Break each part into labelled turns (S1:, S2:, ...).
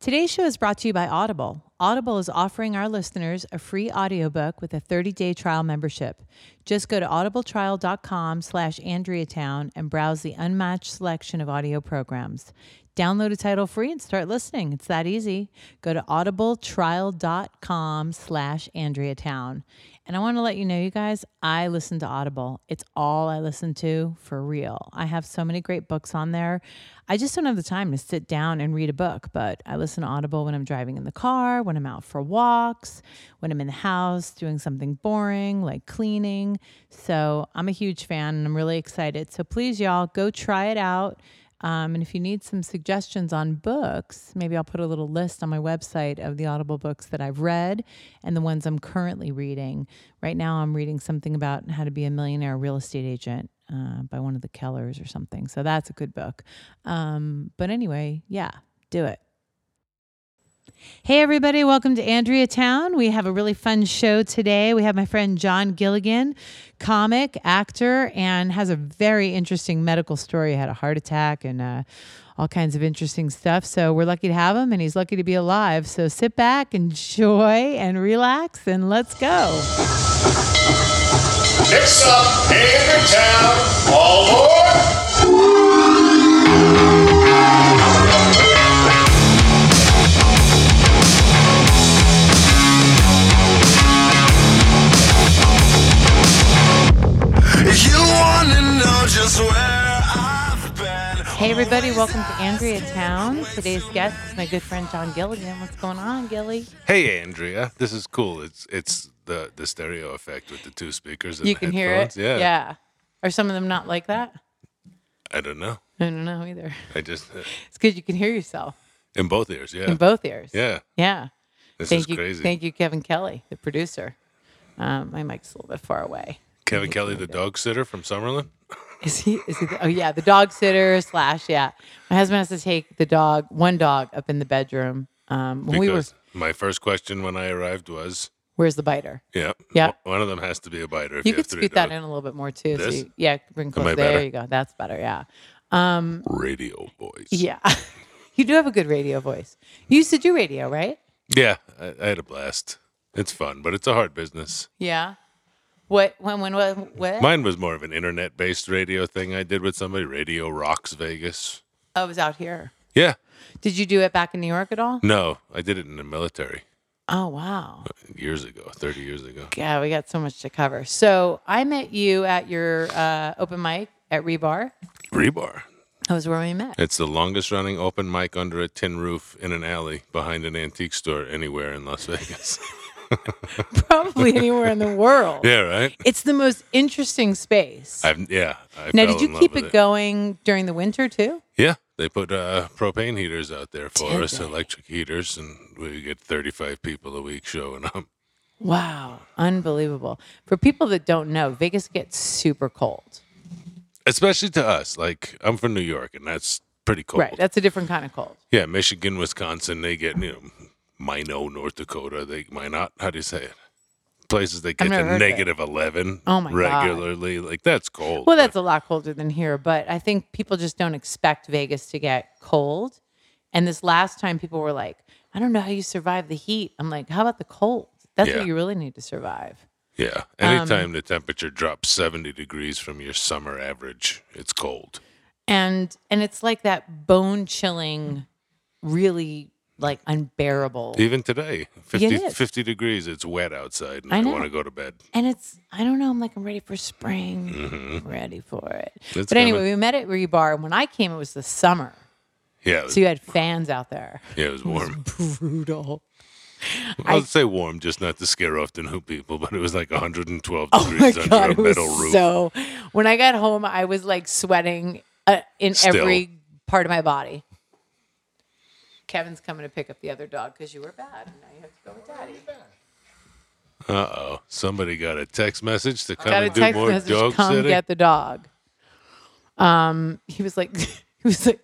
S1: Today's show is brought to you by Audible. Audible is offering our listeners a free audiobook with a 30-day trial membership. Just go to audibletrial.com slash andreatown and browse the unmatched selection of audio programs. Download a title free and start listening. It's that easy. Go to audibletrial.com slash andreatown. And I want to let you know, you guys, I listen to Audible. It's all I listen to for real. I have so many great books on there. I just don't have the time to sit down and read a book, but I listen to Audible when I'm driving in the car, when I'm out for walks, when I'm in the house doing something boring like cleaning. So I'm a huge fan and I'm really excited. So please, y'all, go try it out. Um, and if you need some suggestions on books, maybe I'll put a little list on my website of the Audible books that I've read and the ones I'm currently reading. Right now, I'm reading something about how to be a millionaire real estate agent uh, by one of the Kellers or something. So that's a good book. Um, but anyway, yeah, do it. Hey, everybody, welcome to Andrea Town. We have a really fun show today. We have my friend John Gilligan, comic, actor, and has a very interesting medical story. He had a heart attack and uh, all kinds of interesting stuff. So, we're lucky to have him, and he's lucky to be alive. So, sit back, enjoy, and relax, and let's go.
S2: Next up, Andrew Town, all aboard!
S3: You wanna know just where I've been?
S1: Hey, everybody, welcome to Andrea Town. Today's guest is my good friend John Gilligan. What's going on, Gilly?
S4: Hey Andrea, this is cool. It's it's the the stereo effect with the two speakers. And
S1: You can hear it?
S4: headphones. Yeah.
S1: Yeah. Are some of them not like that?
S4: I don't know.
S1: I don't know either.
S4: I just uh,
S1: It's good you can hear yourself
S4: in both ears. Yeah.
S1: in both ears.
S4: Yeah.
S1: Yeah.
S4: This
S1: thank
S4: is
S1: you.
S4: crazy.
S1: Thank you, Kevin Kelly, the producer. Um, my mic's a little bit far away.
S4: Kevin Kelly, the dog sitter from Summerlin.
S1: Is he? Is he? The, oh yeah, the dog sitter slash yeah. My husband has to take the dog, one dog, up in the bedroom. Um, when we were,
S4: Because my first question when I arrived was,
S1: where's the biter?
S4: yeah,
S1: Yeah.
S4: o- one of them has to be a biter. If
S1: You
S4: you,
S1: could
S4: have three
S1: scoot that
S4: dogs.
S1: in a little bit more too. So
S4: This?
S1: you, yeah, bring
S4: I
S1: close. There
S4: better?
S1: you go. That's better. Yeah.
S4: Radio boys.
S1: Yeah. you do have a good radio voice. You used to do radio, right?
S4: Yeah, I, I had a blast. It's fun, but it's a hard business.
S1: Yeah. What? When? When? What? what?
S4: Mine was more of an internet-based radio thing I did with somebody. Radio Rocks Vegas.
S1: I was out here.
S4: Yeah.
S1: Did you do it back in New York at all?
S4: No, I did it in the military
S1: Oh wow.
S4: years ago, thirty years ago.
S1: Yeah, we got so much to cover. So I met you at your uh, open mic at Rebar.
S4: Rebar.
S1: That was where we met.
S4: It's the longest running open mic under a tin roof in an alley behind an antique store anywhere in Las Vegas.
S1: Probably anywhere in the world.
S4: yeah, right?
S1: It's the most interesting space.
S4: I've, yeah. I
S1: now,
S4: fell
S1: did
S4: in
S1: you
S4: love
S1: keep
S4: with
S1: it going during the winter too?
S4: Yeah. They put uh, propane heaters out there for
S1: Did
S4: us,
S1: they?
S4: electric heaters, and we get 35 people a week showing up.
S1: Wow, unbelievable. For people that don't know, Vegas gets super cold.
S4: Especially to us. Like, I'm from New York, and that's pretty cold.
S1: Right, that's a different kind of cold.
S4: yeah, Michigan, Wisconsin, they get, you know, Minot, North Dakota. They, Minot, how do you say it? Places that get
S1: I've never heard
S4: to
S1: of it.
S4: negative 11
S1: Oh, my God.
S4: regularly. Like, that's cold.
S1: Well, that's a lot colder than here, but I think people just don't expect Vegas to get cold. And this last time, people were like, I don't know how you survive the heat. I'm like, how about the cold? That's
S4: Yeah.
S1: what you really need to survive.
S4: Yeah.
S1: um,
S4: Anytime the temperature drops 70 degrees from your summer average, it's cold.
S1: And and it's like that bone chilling, really like unbearable.
S4: Even today, 50,
S1: is.
S4: 50 degrees, it's wet outside and
S1: I
S4: I,
S1: know.
S4: want to go to bed.
S1: And it's I don't know, I'm like, I'm ready for spring. I'm ready for it.
S4: Mm-hmm. It's
S1: but anyway,
S4: coming.
S1: we met at Rebar and when I came it was the summer.
S4: Yeah. It was,
S1: So you had fans out there.
S4: yeah, it was warm.
S1: Brutal.
S4: I would say warm just not to scare off the new people, but it was like 112
S1: Oh my
S4: degrees
S1: god, it
S4: under a
S1: was
S4: metal roof.
S1: so. When I got home, I was like sweating uh, in
S4: Still.
S1: every part of my body. Kevin's coming to pick up the other dog because you were bad, and now you have to go with Daddy.
S4: Uh-oh. Somebody got a text message to come
S1: Got a
S4: and do
S1: text
S4: more
S1: message.
S4: dog
S1: Come
S4: sitting.
S1: get the dog. Um, he was like, he was like.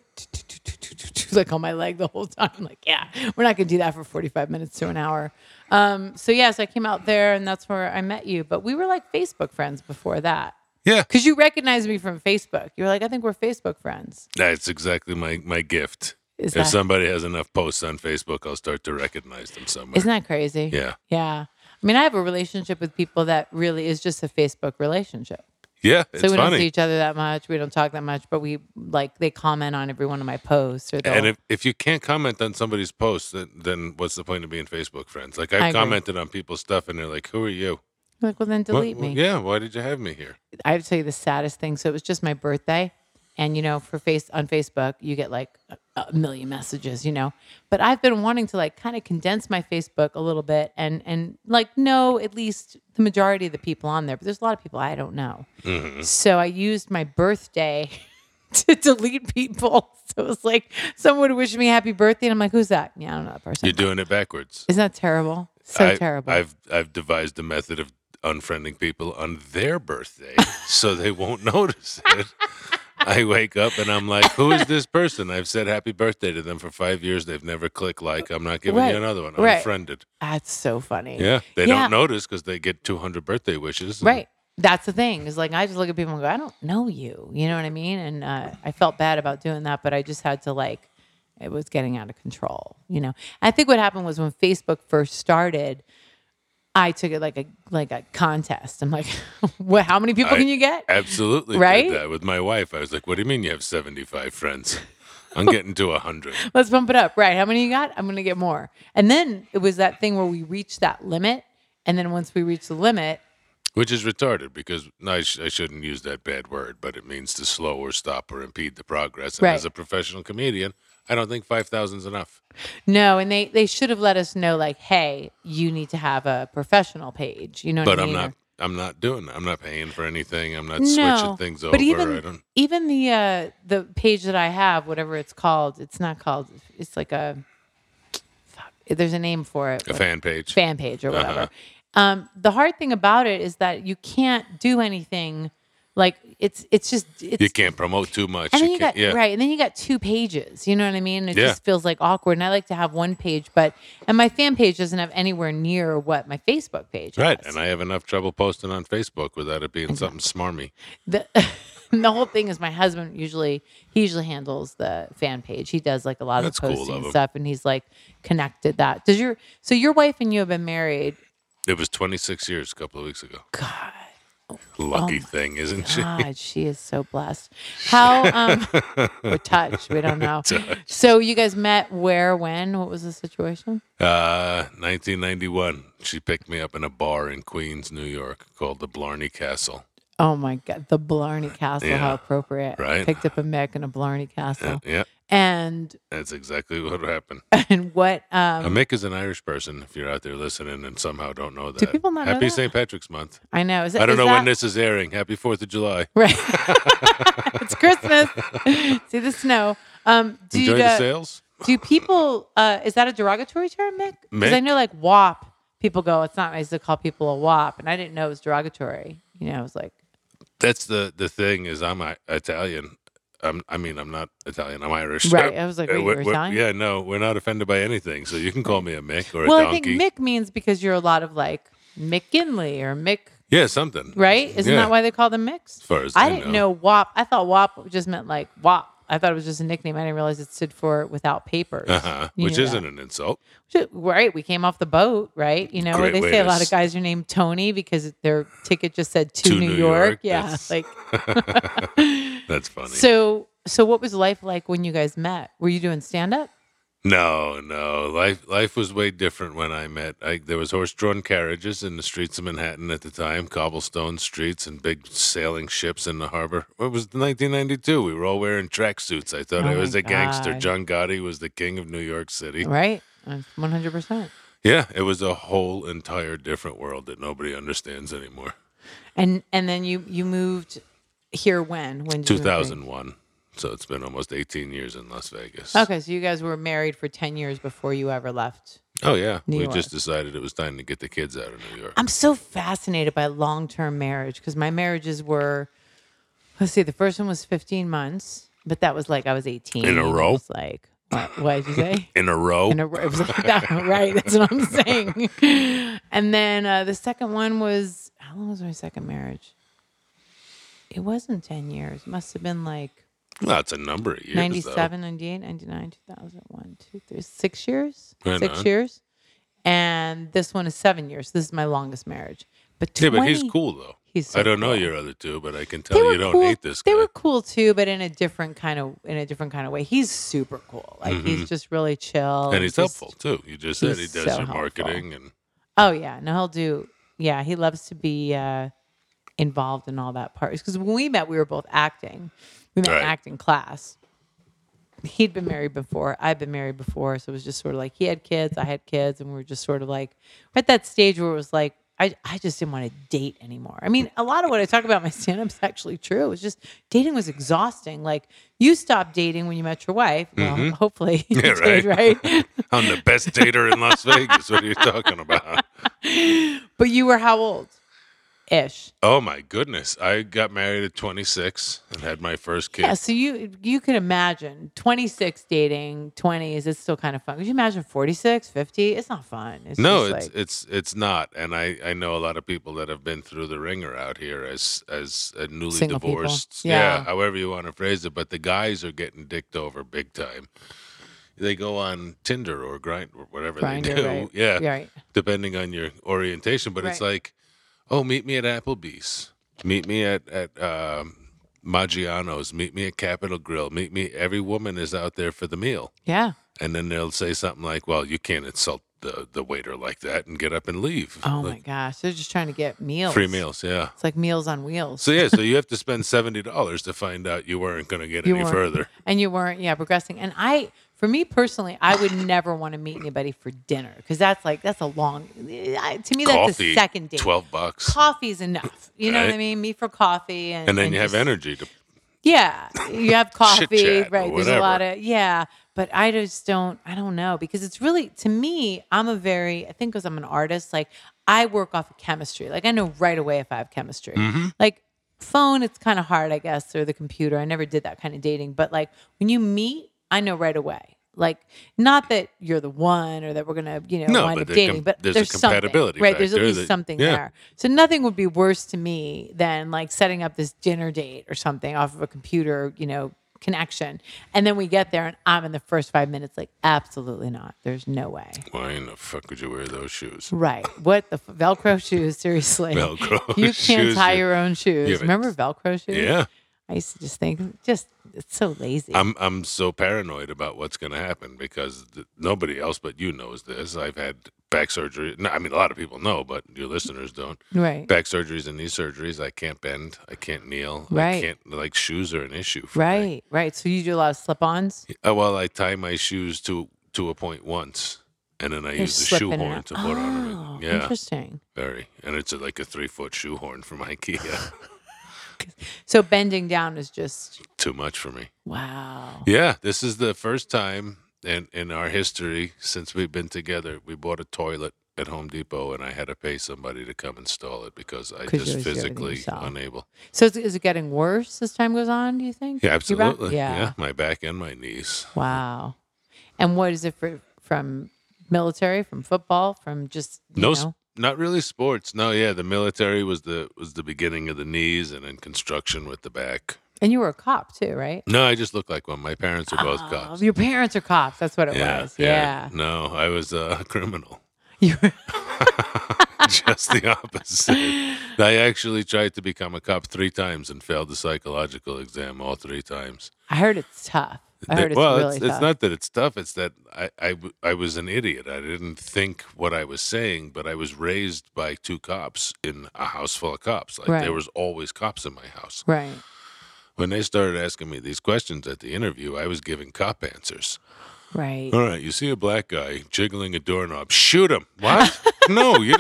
S1: Like on my leg the whole time. I'm like, yeah, we're not gonna do that for 45 minutes to an hour. Um, so yes, I came out there and that's where I met you. But we were like Facebook friends before that.
S4: yeah.
S1: Because you recognize me from Facebook. You're like, I think we're Facebook friends.
S4: That's exactly my, my gift.
S1: Is
S4: If
S1: that,
S4: somebody has enough posts on Facebook, I'll start to recognize them somewhere.
S1: isn't that crazy?
S4: yeah.
S1: Yeah. I mean, I have a relationship with people that really is just a Facebook relationship.
S4: Yeah.
S1: So
S4: It's
S1: we don't see
S4: funny.
S1: each other that much. We don't talk that much, but we like they comment on every one of my posts. Or they'll-
S4: And if, if you can't comment on somebody's post, then, then what's the point of being Facebook friends? Like
S1: I
S4: I,
S1: agree.
S4: commented on people's stuff and they're like, who are you?
S1: I'm like, well, then
S4: What-
S1: delete me.
S4: Yeah. Why did you have me here?
S1: I have to tell you the saddest thing. So it was just my birthday, and you know, for face on Facebook, you get like a, a million messages, you know. But I've been wanting to like kind of condense my Facebook a little bit, and and like know at least the majority of the people on there. But there's a lot of people I don't know.
S4: Mm-hmm.
S1: So I used my birthday to delete people. So it was like someone would wish me happy birthday, and I'm like, who's that? Yeah, I don't know that person.
S4: You're doing it backwards.
S1: Isn't that terrible? So
S4: I-
S1: terrible.
S4: I've I've devised a method of unfriending people on their birthday so they won't notice it. I wake up and I'm like, who is this person? I've said happy birthday to them for five years. They've never clicked like. I'm not giving
S1: Right,
S4: you another one.
S1: right.
S4: Unfriended.
S1: That's so funny.
S4: Yeah. They
S1: Yeah.
S4: don't notice because they get 200 birthday wishes. and-
S1: Right. That's the thing. Is like I just look at people and go, I don't know you. You know what I mean? And uh, I felt bad about doing that, but I just had to like, it was getting out of control. You know. I think what happened was when Facebook first started, I took it like a like a contest. I'm like, what? How many people
S4: I
S1: can you get?
S4: Absolutely. did
S1: Right?
S4: that with my wife. I was like, what do you mean you have 75 friends? I'm getting to 100.
S1: Let's bump it up. Right. How many you got? I'm going to get more. And then it was that thing where we reached that limit. And then once we reached the limit,
S4: Which is retarded because I, sh- I shouldn't use that bad word, but it means to slow or stop or impede the progress. And
S1: Right.
S4: as a professional comedian, I don't think 5,000 is enough.
S1: No, and they they should have let us know like, hey, you need to have a professional page. You know what
S4: But
S1: I
S4: I'm
S1: mean?
S4: not.
S1: Or-
S4: I'm not doing. that. I'm not paying for anything. I'm not
S1: no,
S4: switching things over.
S1: but even
S4: I don't.
S1: even the uh, the page that I have, whatever it's called, it's not called. It's like a fuck. There's a name for it.
S4: A uh-huh.
S1: but-
S4: fan page.
S1: fan page or whatever. Um, the hard thing about it is that you can't do anything. Like it's it's just it's
S4: you can't promote too much.
S1: and then
S4: you
S1: you
S4: can't,
S1: got
S4: yeah.
S1: right, and then you got two pages. You know what I mean? It
S4: Yeah.
S1: just feels like awkward. And I like to have one page, but and my fan page doesn't have anywhere near what my Facebook page
S4: Right.
S1: has.
S4: And I have enough trouble posting on Facebook without it being something smarmy.
S1: the, the whole thing is my husband usually he usually handles the fan page. He does like a lot
S4: That's
S1: of
S4: cool
S1: posting
S4: of
S1: and
S4: him.
S1: stuff, and he's like connected that. Does your so your wife and you have been married?
S4: It was 26 years a couple of weeks ago.
S1: God, Oh
S4: Lucky thing, isn't she?
S1: God, she is so blessed. How um, we're touched. We don't know. So you guys met where? When? What was the situation?
S4: Uh, 1991. She picked me up in a bar in Queens, New York, called the Blarney Castle.
S1: Oh my God, the Blarney Castle. How
S4: Yeah,
S1: appropriate.
S4: right?
S1: Picked up a mech in a Blarney Castle.
S4: Yeah,
S1: And
S4: that's exactly what happened.
S1: and what
S4: A
S1: um
S4: Mick is an Irish person. If you're out there listening and somehow don't know that,
S1: people not know
S4: Happy
S1: that?
S4: St. Patrick's Month.
S1: I know is
S4: I don't
S1: is
S4: know
S1: that,
S4: when this is airing. Happy Fourth of July.
S1: right. it's Christmas. See the snow. Um do
S4: Enjoy the
S1: uh,
S4: sales.
S1: do people uh is that a derogatory term, Mick? Because I
S4: Mick?
S1: know like WAP people go, it's not nice to call people a WAP and I didn't know it was derogatory. You know, it was like
S4: That's the the thing is I'm I, Italian. I'm, I mean, I'm not Italian. I'm Irish.
S1: Right, I was like,
S4: Uh,
S1: wait, you
S4: we're-
S1: were
S4: we're-
S1: Italian?
S4: Yeah, no, we're not offended by anything. So you can call me a Mick or
S1: Well,
S4: a
S1: I think
S4: donkey.
S1: Mick means because you're a lot of like McKinley or Mick
S4: yeah, something.
S1: Right? Isn't
S4: Yeah.
S1: that why they call them mix? As
S4: far as
S1: I,
S4: I
S1: didn't know.
S4: know.
S1: WAP. I thought WAP just meant like WAP. I thought it was just a nickname. I didn't realize it stood for without papers.
S4: Uh-huh,
S1: You
S4: which
S1: knew
S4: isn't
S1: that.
S4: an insult.
S1: Which- Right. We came off the boat, right? You know, where
S4: Great
S1: they
S4: way
S1: say a
S4: to
S1: lot of
S4: s-
S1: guys are named Tony because their ticket just said to, New, York. Yeah.
S4: that's-
S1: Like
S4: That's funny.
S1: so so what was life like when you guys met? Were you doing stand up?
S4: no, no, life life was way different when I met. I, there was horse drawn carriages in the streets of Manhattan at the time, cobblestone streets and big sailing ships in the harbor. It was 1992. We were all wearing tracksuits. I thought
S1: Oh
S4: I
S1: my
S4: was a gangster.
S1: God.
S4: John Gotti was the king of New York City.
S1: Right? One hundred percent.
S4: Yeah, it was a whole entire different world that nobody understands anymore.
S1: And and then you you moved here when? When did you move here?
S4: 2001. So it's been almost 18 years in Las Vegas.
S1: Okay, so you guys were married for ten years before you ever left
S4: Oh yeah,
S1: New
S4: we
S1: York.
S4: just decided it was time to get the kids out of New York.
S1: I'm so fascinated by long term marriage because my marriages were, let's see, the first one was 15 months, but that was like I was 18.
S4: In a row?
S1: It's like, what, what did you say?
S4: in a row.
S1: In a row. It was like that, right? That's what I'm saying. and then uh, the second one was, how long was my second marriage? It wasn't 10 years. It must have been like
S4: Well, it's a number of years. though.
S1: 97, 98, 99, 2001, 2, 3, 6 years.
S4: Right
S1: 6
S4: on.
S1: years. And this one is 7 years. This is my longest marriage. But 20,
S4: Yeah, but he's cool though.
S1: He's so
S4: I don't know
S1: cool.
S4: your other two, but I can
S1: They
S4: tell
S1: were
S4: you don't
S1: cool.
S4: hate this guy.
S1: They were cool too, but in a different kind of in a different kind of way. He's super cool. Like he's just really chill.
S4: Mm-hmm. and he's
S1: just-
S4: helpful too. You just said he
S1: he's
S4: does
S1: so
S4: your marketing and
S1: Oh yeah, no, he'll do. Yeah, he loves to be uh, involved in all that part. Because when we met, we were both acting. We met
S4: Right.
S1: in acting class. He'd been married before. I'd been married before, so it was just sort of like he had kids, I had kids, and we were just sort of like we're at that stage where it was like I I just didn't want to date anymore. I mean, a lot of what I talk about in my stand up's actually true. It's just dating was exhausting. Like you stopped dating when you met your wife. Well, hopefully you
S4: Mm-hmm. Yeah,
S1: did, right?
S4: I'm the best dater in Las Vegas. What are you talking about?
S1: but you were how old? Ish.
S4: Oh my goodness. I got married at 26 and had my first kid.
S1: Yeah, so you you could imagine 26 dating, 20s, it's still kind of fun. Could you imagine 46, 50? It's not fun. It's
S4: No,
S1: just
S4: it's
S1: like,
S4: it's it's not, and I I know a lot of people that have been through the ringer out here as as a newly
S1: Single people.
S4: divorced,
S1: Yeah.
S4: however you want to phrase it. But the guys are getting dicked over big time. They go on Tinder or Grind or whatever
S1: Grindr,
S4: they do,
S1: right.
S4: yeah,
S1: Yeah, right.
S4: depending on your orientation. But it's
S1: Right.
S4: like, oh, meet me at Applebee's, meet me at at um, Maggiano's, meet me at Capital Grill, meet me. Every woman is out there for the meal
S1: yeah.
S4: and then they'll say something like, "Well, you can't insult the the waiter like that," and get up and leave.
S1: Oh my
S4: Like,
S1: gosh. They're just trying to get meals.
S4: free meals, yeah.
S1: It's like meals on wheels.
S4: So yeah, so you have to spend seventy dollars to find out you weren't going to get
S1: You
S4: any
S1: weren't.
S4: further.
S1: and you weren't, yeah, progressing. And I, for me personally, I would never want to meet anybody for dinner because that's like, that's a long, I, to me, that's
S4: Coffee,
S1: a second date.
S4: twelve bucks,
S1: Coffee's enough. You know what I
S4: Right.
S1: mean? Me for coffee. And,
S4: and then you have
S1: just-
S4: energy to
S1: Yeah, you have coffee,
S4: Chit-chat or
S1: right? There's a lot
S4: whatever.
S1: of yeah, but I just don't. I don't know because it's really to me. I'm a very I think because I'm an artist. Like I work off of chemistry. Like I know right away if I have chemistry.
S4: Mm-hmm.
S1: Like phone, it's kind of hard, I guess, or the computer. I never did that kind of dating, but like when you meet, I know right away. Like not that you're the one or that we're gonna you know
S4: No,
S1: wind
S4: but
S1: up
S4: there
S1: dating,
S4: com-
S1: but
S4: there's
S1: there's,
S4: a
S1: something,
S4: compatibility
S1: right? There's at
S4: factor
S1: least
S4: that-
S1: something
S4: yeah.
S1: there. So nothing would be worse to me than like setting up this dinner date or something off of a computer, you know, connection. And then we get there and I'm in the first five minutes like, absolutely not. There's no way.
S4: why in the fuck would you wear those shoes?
S1: Right. What the f- Velcro shoes? Seriously.
S4: Velcro
S1: You can't
S4: shoes,
S1: tie
S4: yeah.
S1: your own shoes.
S4: Yeah, but-
S1: Remember Velcro shoes?
S4: Yeah,
S1: I used to just think, just, it's so lazy.
S4: I'm I'm so paranoid about what's going to happen because th- nobody else but you knows this. I've had back surgery. No, I mean a lot of people know, but your listeners don't.
S1: right.
S4: back surgeries and knee surgeries. I can't bend. I can't kneel. I
S1: Right.
S4: can't like shoes are an issue. For Me.
S1: Right. Right. So you do a lot of slip ons?
S4: Uh, Well, I tie my shoes to to a point once, and then I
S1: They're
S4: use the
S1: slipping in
S4: shoehorn
S1: and
S4: to
S1: out.
S4: put
S1: Oh,
S4: on it. Yeah,
S1: Interesting.
S4: very. And it's a, like a three foot shoehorn from IKEA.
S1: So bending down is just,
S4: Too much for me.
S1: wow.
S4: Yeah, this is the first time in in our history since we've been together. We bought a toilet at Home Depot, and I had to pay somebody to come install it because I
S1: 'Cause you
S4: just
S1: always do everything
S4: physically
S1: yourself.
S4: unable.
S1: So is, is it getting worse as time goes on? Do you think?
S4: Yeah,
S1: Your back-
S4: absolutely.
S1: Yeah.
S4: yeah, my back and my knees.
S1: Wow. And what is it for, from military, from football, from just you
S4: no,
S1: know?
S4: s not really sports. No, yeah, the military was the was the beginning of the knees, and then construction with the back.
S1: And you were a cop too, right?
S4: No, I just look like one. My parents are both cops.
S1: Your parents are cops. That's what it was. Oh, Yeah.
S4: No, I was a criminal.
S1: You were-
S4: Just the opposite. I actually tried to become a cop three times and failed the psychological exam all three times.
S1: I heard it's tough. I
S4: That-
S1: heard it's
S4: well,
S1: really
S4: it's,
S1: tough.
S4: it's not that it's tough. It's that I, I w- I was an idiot. I didn't think what I was saying, but I was raised by two cops in a house full of cops. Like
S1: Right.
S4: there was always cops in my house.
S1: right.
S4: When they started asking me these questions at the interview, I was giving cop answers.
S1: Right.
S4: All right, you see a black guy jiggling a doorknob, shoot him. What? no, you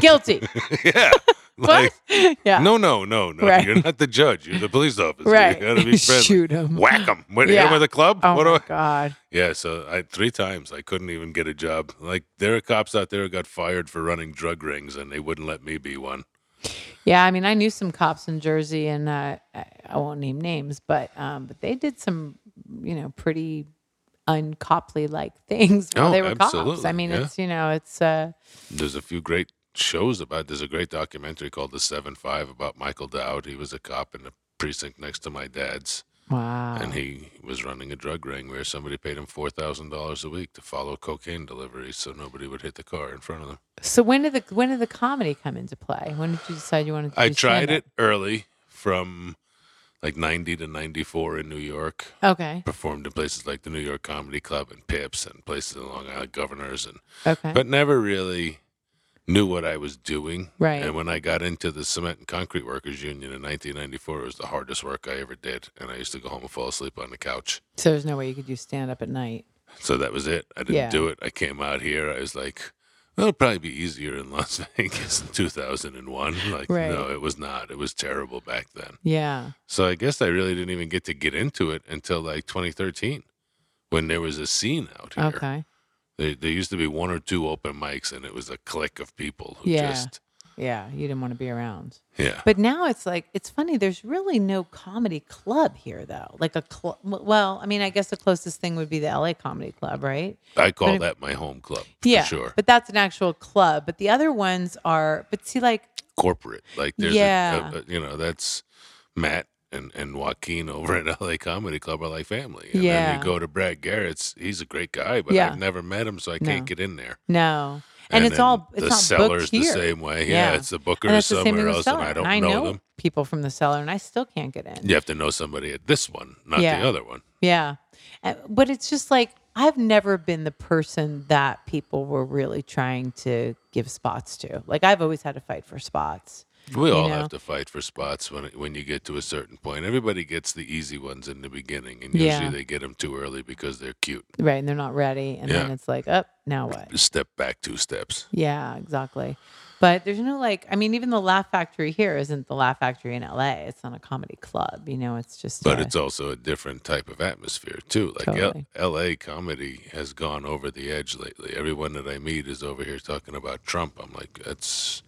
S1: Guilty.
S4: yeah. Like,
S1: yeah.
S4: No, no, no, no.
S1: Right.
S4: You're not the judge. You're the police officer.
S1: Right.
S4: You gotta be friendly.
S1: Shoot 'em.
S4: Whack him. What, Hit
S1: Yeah.
S4: him with a club.
S1: Oh
S4: what do
S1: my
S4: I?
S1: God.
S4: Yeah, so I three times I couldn't even get a job. Like there are cops out there who got fired for running drug rings, and they wouldn't let me be one.
S1: Yeah, I mean, I knew some cops in Jersey, and uh, I I won't name names, but um, but they did some, you know, pretty uncoply like things while
S4: Oh,
S1: they were cops.
S4: absolutely,
S1: I mean,
S4: yeah.
S1: it's you know, it's uh,
S4: There's a few great shows about. There's a great documentary called The Seven Five about Michael Dowd. He was a cop in the precinct next to my dad's,
S1: Wow.
S4: and he was running a drug ring where somebody paid him four thousand dollars a week to follow cocaine deliveries, so nobody would hit the car in front of them.
S1: So when did the when did the comedy come into play? When did you decide you wanted to?
S4: I
S1: do
S4: tried it
S1: stand-up?
S4: early, from like ninety to ninety four in New York.
S1: Okay.
S4: Performed in places like the New York Comedy Club and Pips and places in Long Island Governors and
S1: Okay.
S4: but never really knew what I was doing.
S1: Right.
S4: And when I got into the Cement and Concrete Workers Union in 1994, it was the hardest work I ever did. And I used to go home and fall asleep on the couch.
S1: so there's no way you could do stand up at night.
S4: So that was it. I didn't
S1: Yeah.
S4: do it. I came out here. I was like, it'll probably be easier in Las Vegas in 2001. Like,
S1: Right.
S4: no, it was not. It was terrible back then.
S1: Yeah.
S4: So I guess I really didn't even get to get into it until like 2013 when there was a scene out here.
S1: Okay.
S4: There, there used to be one or two open mics, and it was a clique of people who
S1: Yeah.
S4: just,
S1: Yeah. You didn't want to be around.
S4: yeah.
S1: But now it's like it's funny. There's really no comedy club here, though. Like a club. Well, I mean, I guess the closest thing would be the LA Comedy Club, right?
S4: I call
S1: it-
S4: that my home club. For
S1: Yeah.
S4: sure.
S1: But that's an actual club. But the other ones are. But see, like
S4: Corporate, like there's, a-
S1: Yeah.
S4: a, a- you know, that's Matt and and Joaquin over at LA Comedy Club are like family. And then
S1: Yeah.
S4: you go to Brad Garrett's. He's a great guy, but
S1: Yeah.
S4: I've never met him, so I can't get in there.
S1: no, and, it's
S4: then
S1: all it's
S4: the
S1: not
S4: seller's
S1: booked here.
S4: the same way. Yeah,
S1: Yeah.
S4: it's the booker
S1: and
S4: is
S1: it's the same thing
S4: somewhere
S1: with the cellar.
S4: else, and I don't
S1: and I
S4: know,
S1: know,
S4: them.
S1: people from the cellar, and I still can't get in.
S4: You have to know somebody at this one, not
S1: Yeah.
S4: the other one.
S1: Yeah. Uh, But it's just like, I've never been the person that people were really trying to give spots to. Like, I've always had to fight for spots.
S4: We all
S1: know?
S4: have to fight for spots when it, when you get to a certain point. Everybody gets the easy ones in the beginning, and usually
S1: Yeah.
S4: they get them too early because they're cute.
S1: Right. And they're not ready. And then
S4: Yeah.
S1: it's like, oh, now what?
S4: Step back two steps.
S1: Yeah, exactly. But there's no like, I mean, even the Laugh Factory here isn't the Laugh Factory in LA. It's not a comedy club. You know, it's just.
S4: But
S1: a-
S4: it's also a different type of atmosphere too. Like
S1: Totally.
S4: L- L.A. comedy has gone over the edge lately. Everyone that I meet is over here talking about Trump. I'm like, that's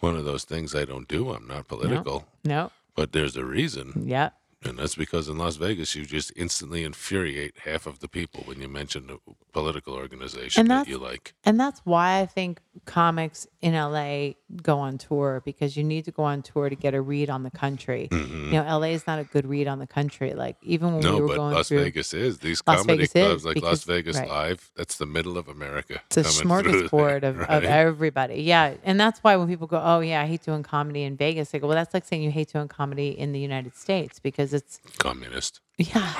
S4: one of those things I don't do. I'm not political,
S1: No.
S4: but there's a reason,
S1: Yeah.
S4: and that's because in Las Vegas you just instantly infuriate half of the people when you mention a political organization
S1: And
S4: that
S1: that's-
S4: you like.
S1: And that's why I think comics in LA go on tour because you need to go on tour to get a read on the country. You know, LA is not a good read on the country. Like even when we
S4: Mm-hmm. No,
S1: were
S4: but
S1: going
S4: Las
S1: through,
S4: Vegas is these
S1: Las
S4: comedy
S1: Vegas
S4: clubs
S1: is
S4: like Las
S1: because-
S4: Vegas
S1: right.
S4: Live. That's the middle of America.
S1: it's a
S4: coming through
S1: smorgasbord
S4: there,
S1: of,
S4: right?
S1: of everybody. Yeah, and that's why when people go, "Oh yeah, I hate doing comedy in Vegas," I go, "Well, that's like saying you hate doing comedy in the United States because it's
S4: communist.
S1: Yeah.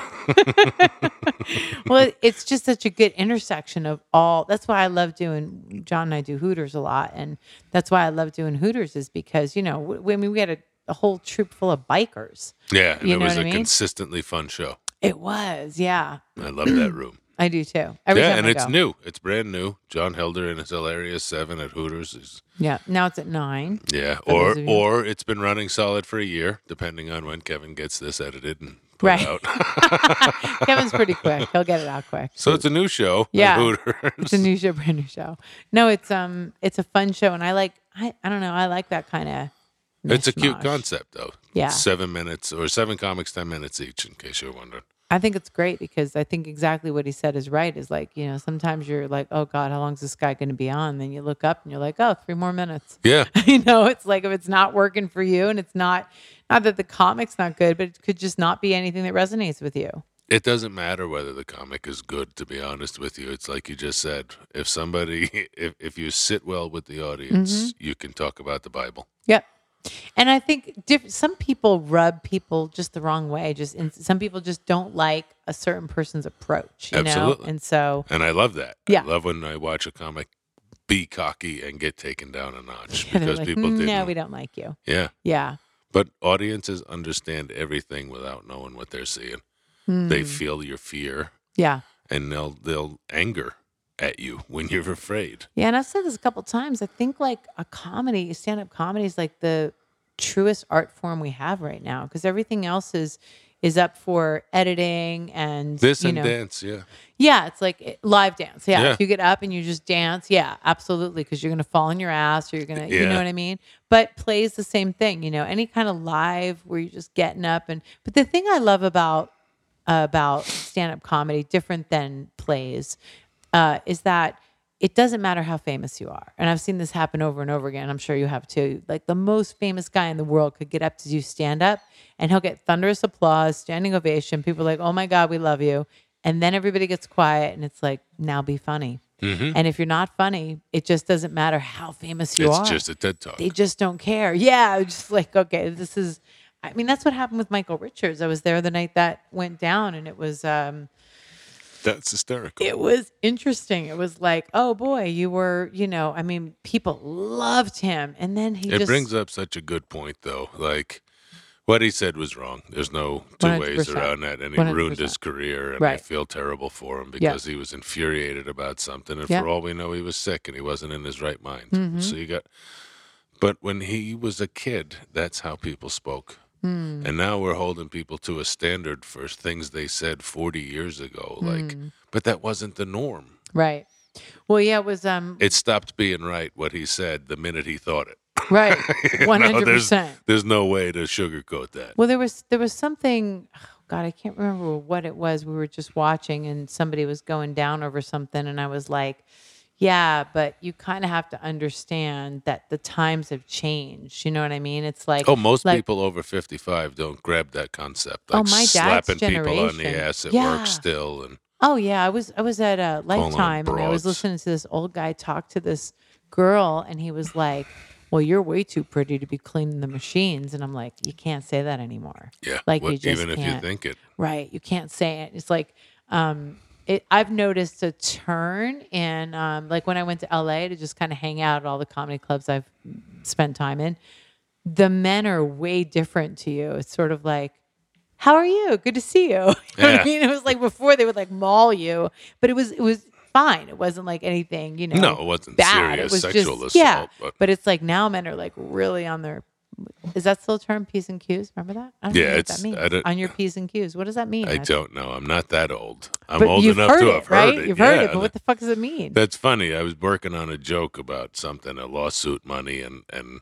S1: well, it's just such a good intersection of all. That's why I love doing John and I do Hooters a lot, and that's why I love doing Hooters is because you know we, I mean we had a, a whole troop full of bikers.
S4: Yeah, and
S1: You
S4: it
S1: know
S4: was
S1: what
S4: a
S1: I mean?
S4: consistently fun show.
S1: It was, yeah,
S4: I love that room.
S1: I do too. Every
S4: yeah,
S1: time
S4: and
S1: I
S4: it's
S1: go.
S4: new. It's brand new. John Helder in his hilarious seven at Hooters. Is,
S1: Yeah, now it's at nine.
S4: yeah,
S1: those
S4: or
S1: of you-
S4: or it's been running solid for a year, depending on when Kevin gets this edited and put
S1: Right.
S4: out.
S1: Kevin's pretty quick; he'll get it out quick.
S4: so it's a new show. at
S1: Yeah.
S4: Hooters.
S1: It's a new show, brand new show. No, it's um, it's a fun show, and I like. I, I don't know. I like that kind of.
S4: It's a cute concept though.
S1: Yeah.
S4: seven minutes or seven comics, ten minutes each. In case you're wondering.
S1: I think it's great because I think exactly what he said is right. Is like, you know, sometimes you're like, oh God, how long's this guy going to be on? Then you look up and you're like, oh, three more minutes.
S4: Yeah,
S1: you know, it's like if it's not working for you and it's not, not that the comic's not good, but it could just not be anything that resonates with you.
S4: It doesn't matter whether the comic is good, to be honest with you. It's like you just said. If somebody, if, if you sit well with the audience,
S1: Mm-hmm.
S4: you can talk about the Bible.
S1: Yep. And I think diff- some people rub people just the wrong way. Just in- some people just don't like a certain person's approach, you
S4: Absolutely.
S1: know? And so,
S4: And I love that.
S1: Yeah.
S4: I love when I watch a comic be cocky and get taken down a notch
S1: they're
S4: because
S1: like,
S4: people
S1: "Mm,
S4: didn't.
S1: no, we don't like you.
S4: Yeah.
S1: Yeah.
S4: But audiences understand everything without knowing what they're seeing. They
S1: Hmm.
S4: feel your fear
S1: Yeah.
S4: and they'll they'll anger at you when you're afraid.
S1: Yeah, and I've said this a couple times. I think like a comedy, stand up comedy is like the truest art form we have right now because everything else is is up for editing and
S4: This
S1: you
S4: and
S1: know
S4: dance, yeah.
S1: yeah it's like it- live dance yeah,
S4: Yeah.
S1: If you get up and you just dance yeah absolutely because you're gonna fall on your ass or you're gonna you
S4: Yeah.
S1: know what i mean but plays the same thing you know any kind of live where you're just getting up and but the thing i love about about stand up comedy different than plays uh, is that it doesn't matter how famous you are. And I've seen this happen over and over again. I'm sure you have too. Like the most famous guy in the world could get up to do stand up and he'll get thunderous applause, standing ovation. People are like, oh my God, we love you. And then everybody gets quiet and it's like, now be funny.
S4: Mm-hmm.
S1: And if you're not funny, it just doesn't matter how famous you
S4: it's
S1: are
S4: just a TED talk.
S1: they just don't care. Yeah, it's just like okay, this is. I mean, that's what happened with Michael Richards. I was there the night that went down, and it was um,
S4: That's hysterical.
S1: it was interesting. It was like, oh boy, you were, you know, I mean, people loved him, and then he
S4: It
S1: just
S4: brings up such a good point, though. Like, what he said was wrong. There's no two ways
S1: 100%.
S4: around that. And he ruined his
S1: 100%.
S4: career. And I
S1: Right.
S4: feel terrible for him because he was infuriated about something. And
S1: Yeah.
S4: for all we know, he was sick and he wasn't in his right mind.
S1: Mm-hmm.
S4: So you got. But when he was a kid, that's how people spoke.
S1: Hmm.
S4: And now we're holding people to a standard for things they said 40 years ago. Like,
S1: Hmm.
S4: but that wasn't the norm.
S1: right. Well, yeah, it was um,
S4: It stopped being right what he said the minute he thought it.
S1: right,
S4: You
S1: one
S4: know,
S1: hundred
S4: there's,
S1: percent.
S4: there's no way to sugarcoat that.
S1: Well, there was there was something. Oh God, I can't remember what it was. We were just watching, and somebody was going down over something, and I was like, "Yeah, but you kind of have to understand that the times have changed." You know what I mean? It's like,
S4: Oh, most
S1: like,
S4: people over 55 don't grab that concept.
S1: Oh,
S4: Like
S1: my dad's
S4: slapping people on the
S1: generation.
S4: ass at
S1: Yeah.
S4: work still. And
S1: Oh yeah, I was I was at a
S4: Calling
S1: Lifetime and I
S4: broads.
S1: was listening to this old guy talk to this girl and he was like, "Well, you're way too pretty to be cleaning the machines." And I'm like, "You can't say that anymore."
S4: yeah,
S1: Like
S4: what-
S1: you just
S4: even if you
S1: can't.
S4: think it.
S1: Right. You can't say it. It's like, um, it, I've noticed a turn in, um, like when I went to LA to just kind of hang out at all the comedy clubs I've spent time in, the men are way different to you. It's sort of like, how are you? Good to see you. You know what
S4: Yeah.
S1: I mean, it was like before they would like maul you, but it was it was fine. It wasn't like anything, you know.
S4: No, it wasn't
S1: bad.
S4: serious
S1: it was
S4: sexual
S1: just,
S4: assault.
S1: Yeah,
S4: but
S1: but it's like now men are like really on their. Is that still a term P's and Q's? Remember that? I don't
S4: Yeah,
S1: know what
S4: it's-
S1: that means.
S4: I don't-
S1: on your P's and Q's. What does that mean?
S4: I don't know. I'm not that old. I'm
S1: But
S4: old
S1: you've
S4: enough
S1: heard
S4: to
S1: it,
S4: have
S1: right?
S4: heard it.
S1: You've heard
S4: yeah,
S1: it, but what the fuck does it mean?
S4: That's funny. I was working on a joke about something, a lawsuit money, and and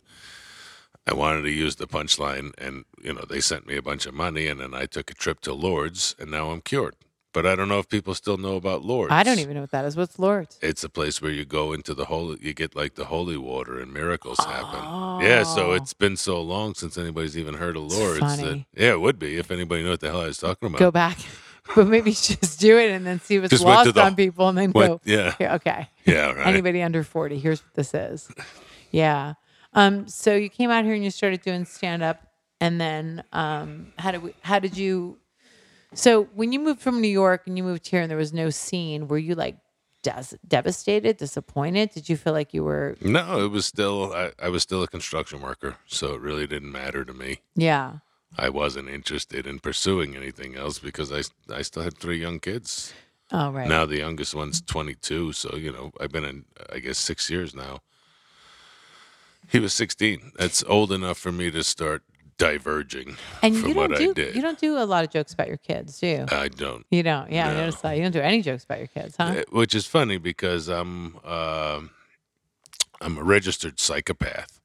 S4: I wanted to use the punchline, and you know they sent me a bunch of money, and then I took a trip to Lourdes, and now I'm cured. But I don't know if people still know about Lourdes.
S1: I don't even know what that is. What's Lord?
S4: It's a place where you go into the holy, you get like the holy water, and miracles happen. Yeah, so
S1: Oh.
S4: it's been so long since anybody's even heard of Lourdes. That,
S1: funny.
S4: yeah, it would be if anybody knew what the hell I was talking about.
S1: Go back, but maybe just do it and then see what's
S4: Just went to
S1: lost
S4: the-
S1: on people, and then
S4: What-
S1: go.
S4: yeah.
S1: Here, okay.
S4: Yeah, right.
S1: Anybody under forty? Here's what this is. Yeah. Um. So you came out here and you started doing stand up, and then um. How did we? How did you? So when you moved from New York and you moved here and there was no scene, were you like des- devastated, disappointed? Did you feel like you were?
S4: No, it was still I, I was still a construction worker, so it really didn't matter to me.
S1: Yeah.
S4: I wasn't interested in pursuing anything else because I I still had three young kids.
S1: Oh right.
S4: Now the youngest one's 22, so you know I've been in I guess six years now. He was 16. That's old enough for me to start diverging
S1: And
S4: from
S1: you
S4: what
S1: don't do
S4: I did.
S1: you don't do a lot of jokes about your kids, do you?
S4: I don't.
S1: you don't. Yeah, I
S4: no.
S1: noticed that. You don't do any jokes about your kids, huh?
S4: Uh, which is funny because I'm uh, I'm a registered psychopath.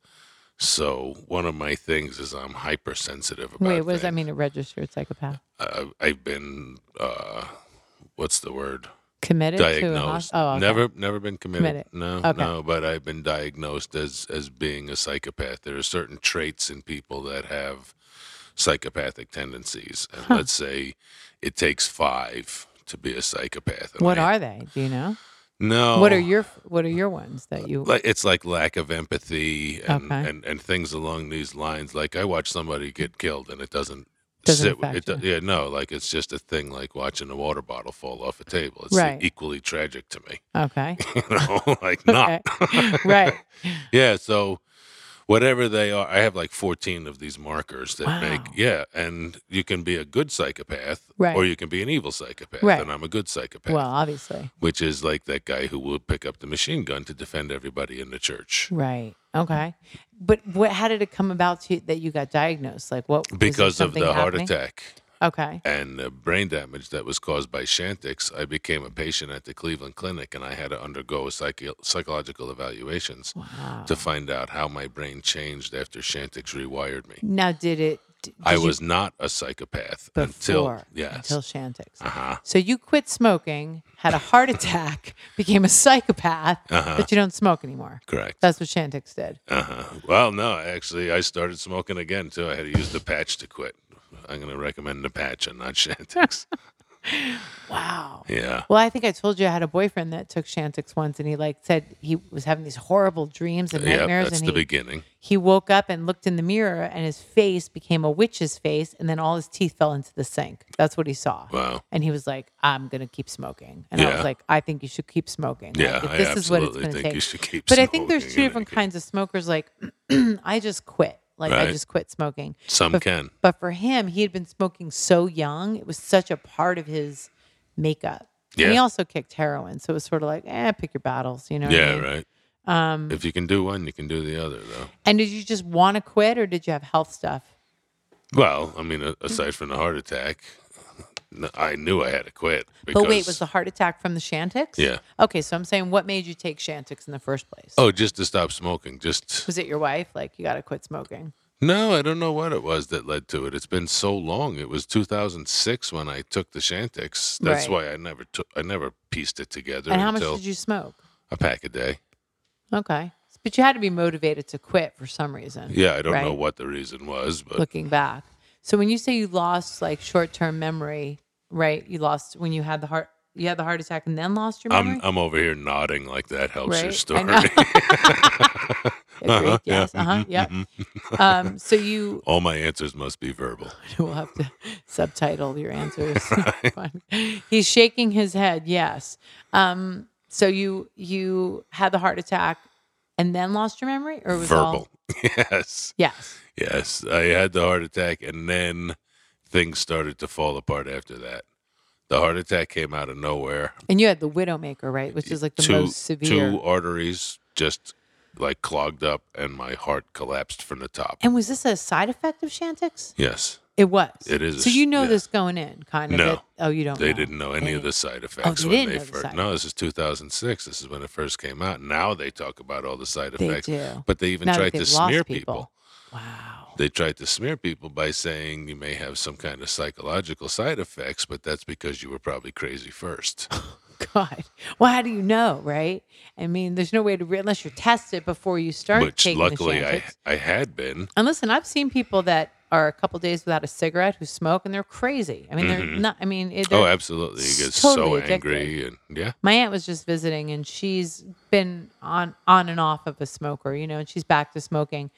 S4: So one of my things is I'm hypersensitive about.
S1: Wait, what does that
S4: things.
S1: mean? A registered psychopath
S4: Uh, I've been uh, what's the word?
S1: committed to a
S4: Diagnosed.
S1: hosp- oh, okay.
S4: Never, never been committed.
S1: Committed.
S4: No,
S1: Okay.
S4: no. But I've been diagnosed as as being a psychopath. There are certain traits in people that have psychopathic tendencies, and let's say it takes five to be a psychopath. And
S1: What
S4: I-
S1: are they? Do you know?
S4: no?
S1: What are your What are your ones that you?
S4: Oh. like it's like lack of empathy and,
S1: Okay.
S4: and, and things along these lines. Like I watch somebody get killed and it doesn't
S1: Doesn't
S4: sit.
S1: affect
S4: it do-
S1: you.
S4: yeah, no, like it's just a thing like watching a water bottle fall off a table. It's
S1: Right.
S4: equally tragic to me.
S1: Okay, Eh,
S4: You know, like not.
S1: right.
S4: Yeah, so whatever they are, I have like 14 of these markers that make
S1: Wow.
S4: yeah, and you can be a good psychopath
S1: Right.
S4: or you can be an evil psychopath
S1: Right.
S4: and I'm a good psychopath,
S1: Well, obviously,
S4: which is like that guy who will pick up the machine gun to defend everybody in the church.
S1: right. Okay, but what? How did it come about to, that you got diagnosed? Like what? was there
S4: because of
S1: something
S4: the heart
S1: happening?
S4: attack
S1: Okay.
S4: and the brain damage that was caused by Shantix, I became a patient at the Cleveland Clinic and I had to undergo psychi- psychological evaluations to find out how my brain changed after Shantix rewired me.
S1: Now, did it d-
S4: I
S1: did you-
S4: was not a psychopath
S1: before
S4: until yes.
S1: until Shantix.
S4: uh-huh.
S1: So you quit smoking, had a heart attack, became a psychopath,
S4: Uh-huh.
S1: but you don't smoke anymore.
S4: Correct.
S1: That's what Shantix did.
S4: Uh-huh. Well, no, actually, I started smoking again too. I had to use the patch to quit. I'm going to recommend the patch and not Shantix.
S1: Wow.
S4: yeah.
S1: Well, I think I told you I had a boyfriend that took Shantix once, and he like said he was having these horrible dreams and
S4: Yeah,
S1: nightmares,
S4: that's
S1: and
S4: the
S1: he,
S4: beginning.
S1: he woke up and looked in the mirror, and his face became a witch's face, and then all his teeth fell into the sink. That's what he saw.
S4: Wow.
S1: And he was like, "I'm gonna keep smoking," and I
S4: Yeah.
S1: was like, "I think you should keep smoking. Like,
S4: Yeah,
S1: if
S4: I
S1: this is what it's
S4: absolutely
S1: gonna
S4: think
S1: take."
S4: you should keep
S1: But I think there's
S4: smoking
S1: two
S4: and
S1: different
S4: I keep-
S1: kinds of smokers. Like, I just quit. Like, I
S4: Right.
S1: just quit smoking.
S4: Some
S1: but,
S4: can.
S1: But for him, he had been smoking so young. It was such a part of his makeup. And he
S4: Yeah.
S1: also kicked heroin. So it was sort of like, eh, pick your battles, you know? what I
S4: Yeah,
S1: mean?
S4: right. Um, if you can do one, you can do the other, though.
S1: And did you just want to quit or did you have health stuff?
S4: Well, I mean, a-
S1: Mm.
S4: aside from the heart attack, n- I knew I had to quit. Because,
S1: but wait, was the heart attack from the Shantix?
S4: Yeah.
S1: Okay, so I'm saying, what made you take Shantix in the first place?
S4: oh, just to stop smoking. Just
S1: Was it your wife? Like, you got to quit smoking.
S4: no, I don't know what it was that led to it. It's been so long. It was 2006 when I took the Shantix. That's
S1: Right.
S4: why I never took. I never pieced it together
S1: And how much
S4: until
S1: did you smoke?
S4: a pack a day.
S1: Okay. But you had to be motivated to quit for some reason.
S4: Yeah, I don't
S1: right?
S4: know what the reason was, but
S1: looking back. So when you say you lost like short term memory, right? You lost when you had the heart you had the heart attack and then lost your memory?
S4: I'm I'm over here nodding like that helps your
S1: Right?
S4: story.
S1: I know. Agreed, yes. Uh-huh. Yep.
S4: Mm-hmm.
S1: Um, so you
S4: All my answers must be verbal.
S1: will have to subtitle your answers. He's shaking his head, yes. Um, so you you had the heart attack and then lost your memory or was it all-
S4: Verbal. Yes.
S1: Yes.
S4: Yes, I had the heart attack, and then things started to fall apart after that. The heart attack came out of nowhere.
S1: And you had the widowmaker, right? Which is like the
S4: two
S1: most severe.
S4: two arteries just like clogged up, and my heart collapsed from the top.
S1: and was this a side effect of Shantix?
S4: Yes,
S1: It was.
S4: It is a
S1: So
S4: sh-
S1: you know
S4: yeah.
S1: this going in, kind of.
S4: No.
S1: it- oh, you don't.
S4: they
S1: know.
S4: didn't know any of the side effects
S1: Oh, they didn't
S4: when they
S1: know the
S4: first.
S1: side
S4: no, this is 2006. This is when it first came out. Now they talk about all the side
S1: They
S4: effects,
S1: do.
S4: but they even
S1: Now that
S4: tried to
S1: they've lost
S4: smear
S1: people.
S4: people.
S1: Wow.
S4: They tried to smear people by saying you may have some kind of psychological side effects, but that's because you were probably crazy first.
S1: God. Well, how do you know, right? I mean, there's no way to re- unless you're tested before you start
S4: which
S1: taking
S4: luckily
S1: the
S4: I
S1: Chantix.
S4: I had been.
S1: And listen, I've seen people that are a couple days without a cigarette who smoke, and they're crazy. I mean, they're not. I mean, it,
S4: Oh,
S1: they're-
S4: absolutely. He gets so
S1: totally
S4: angry and yeah.
S1: my aunt was just visiting and she's been on on and off of a smoker you know and she's back to smoking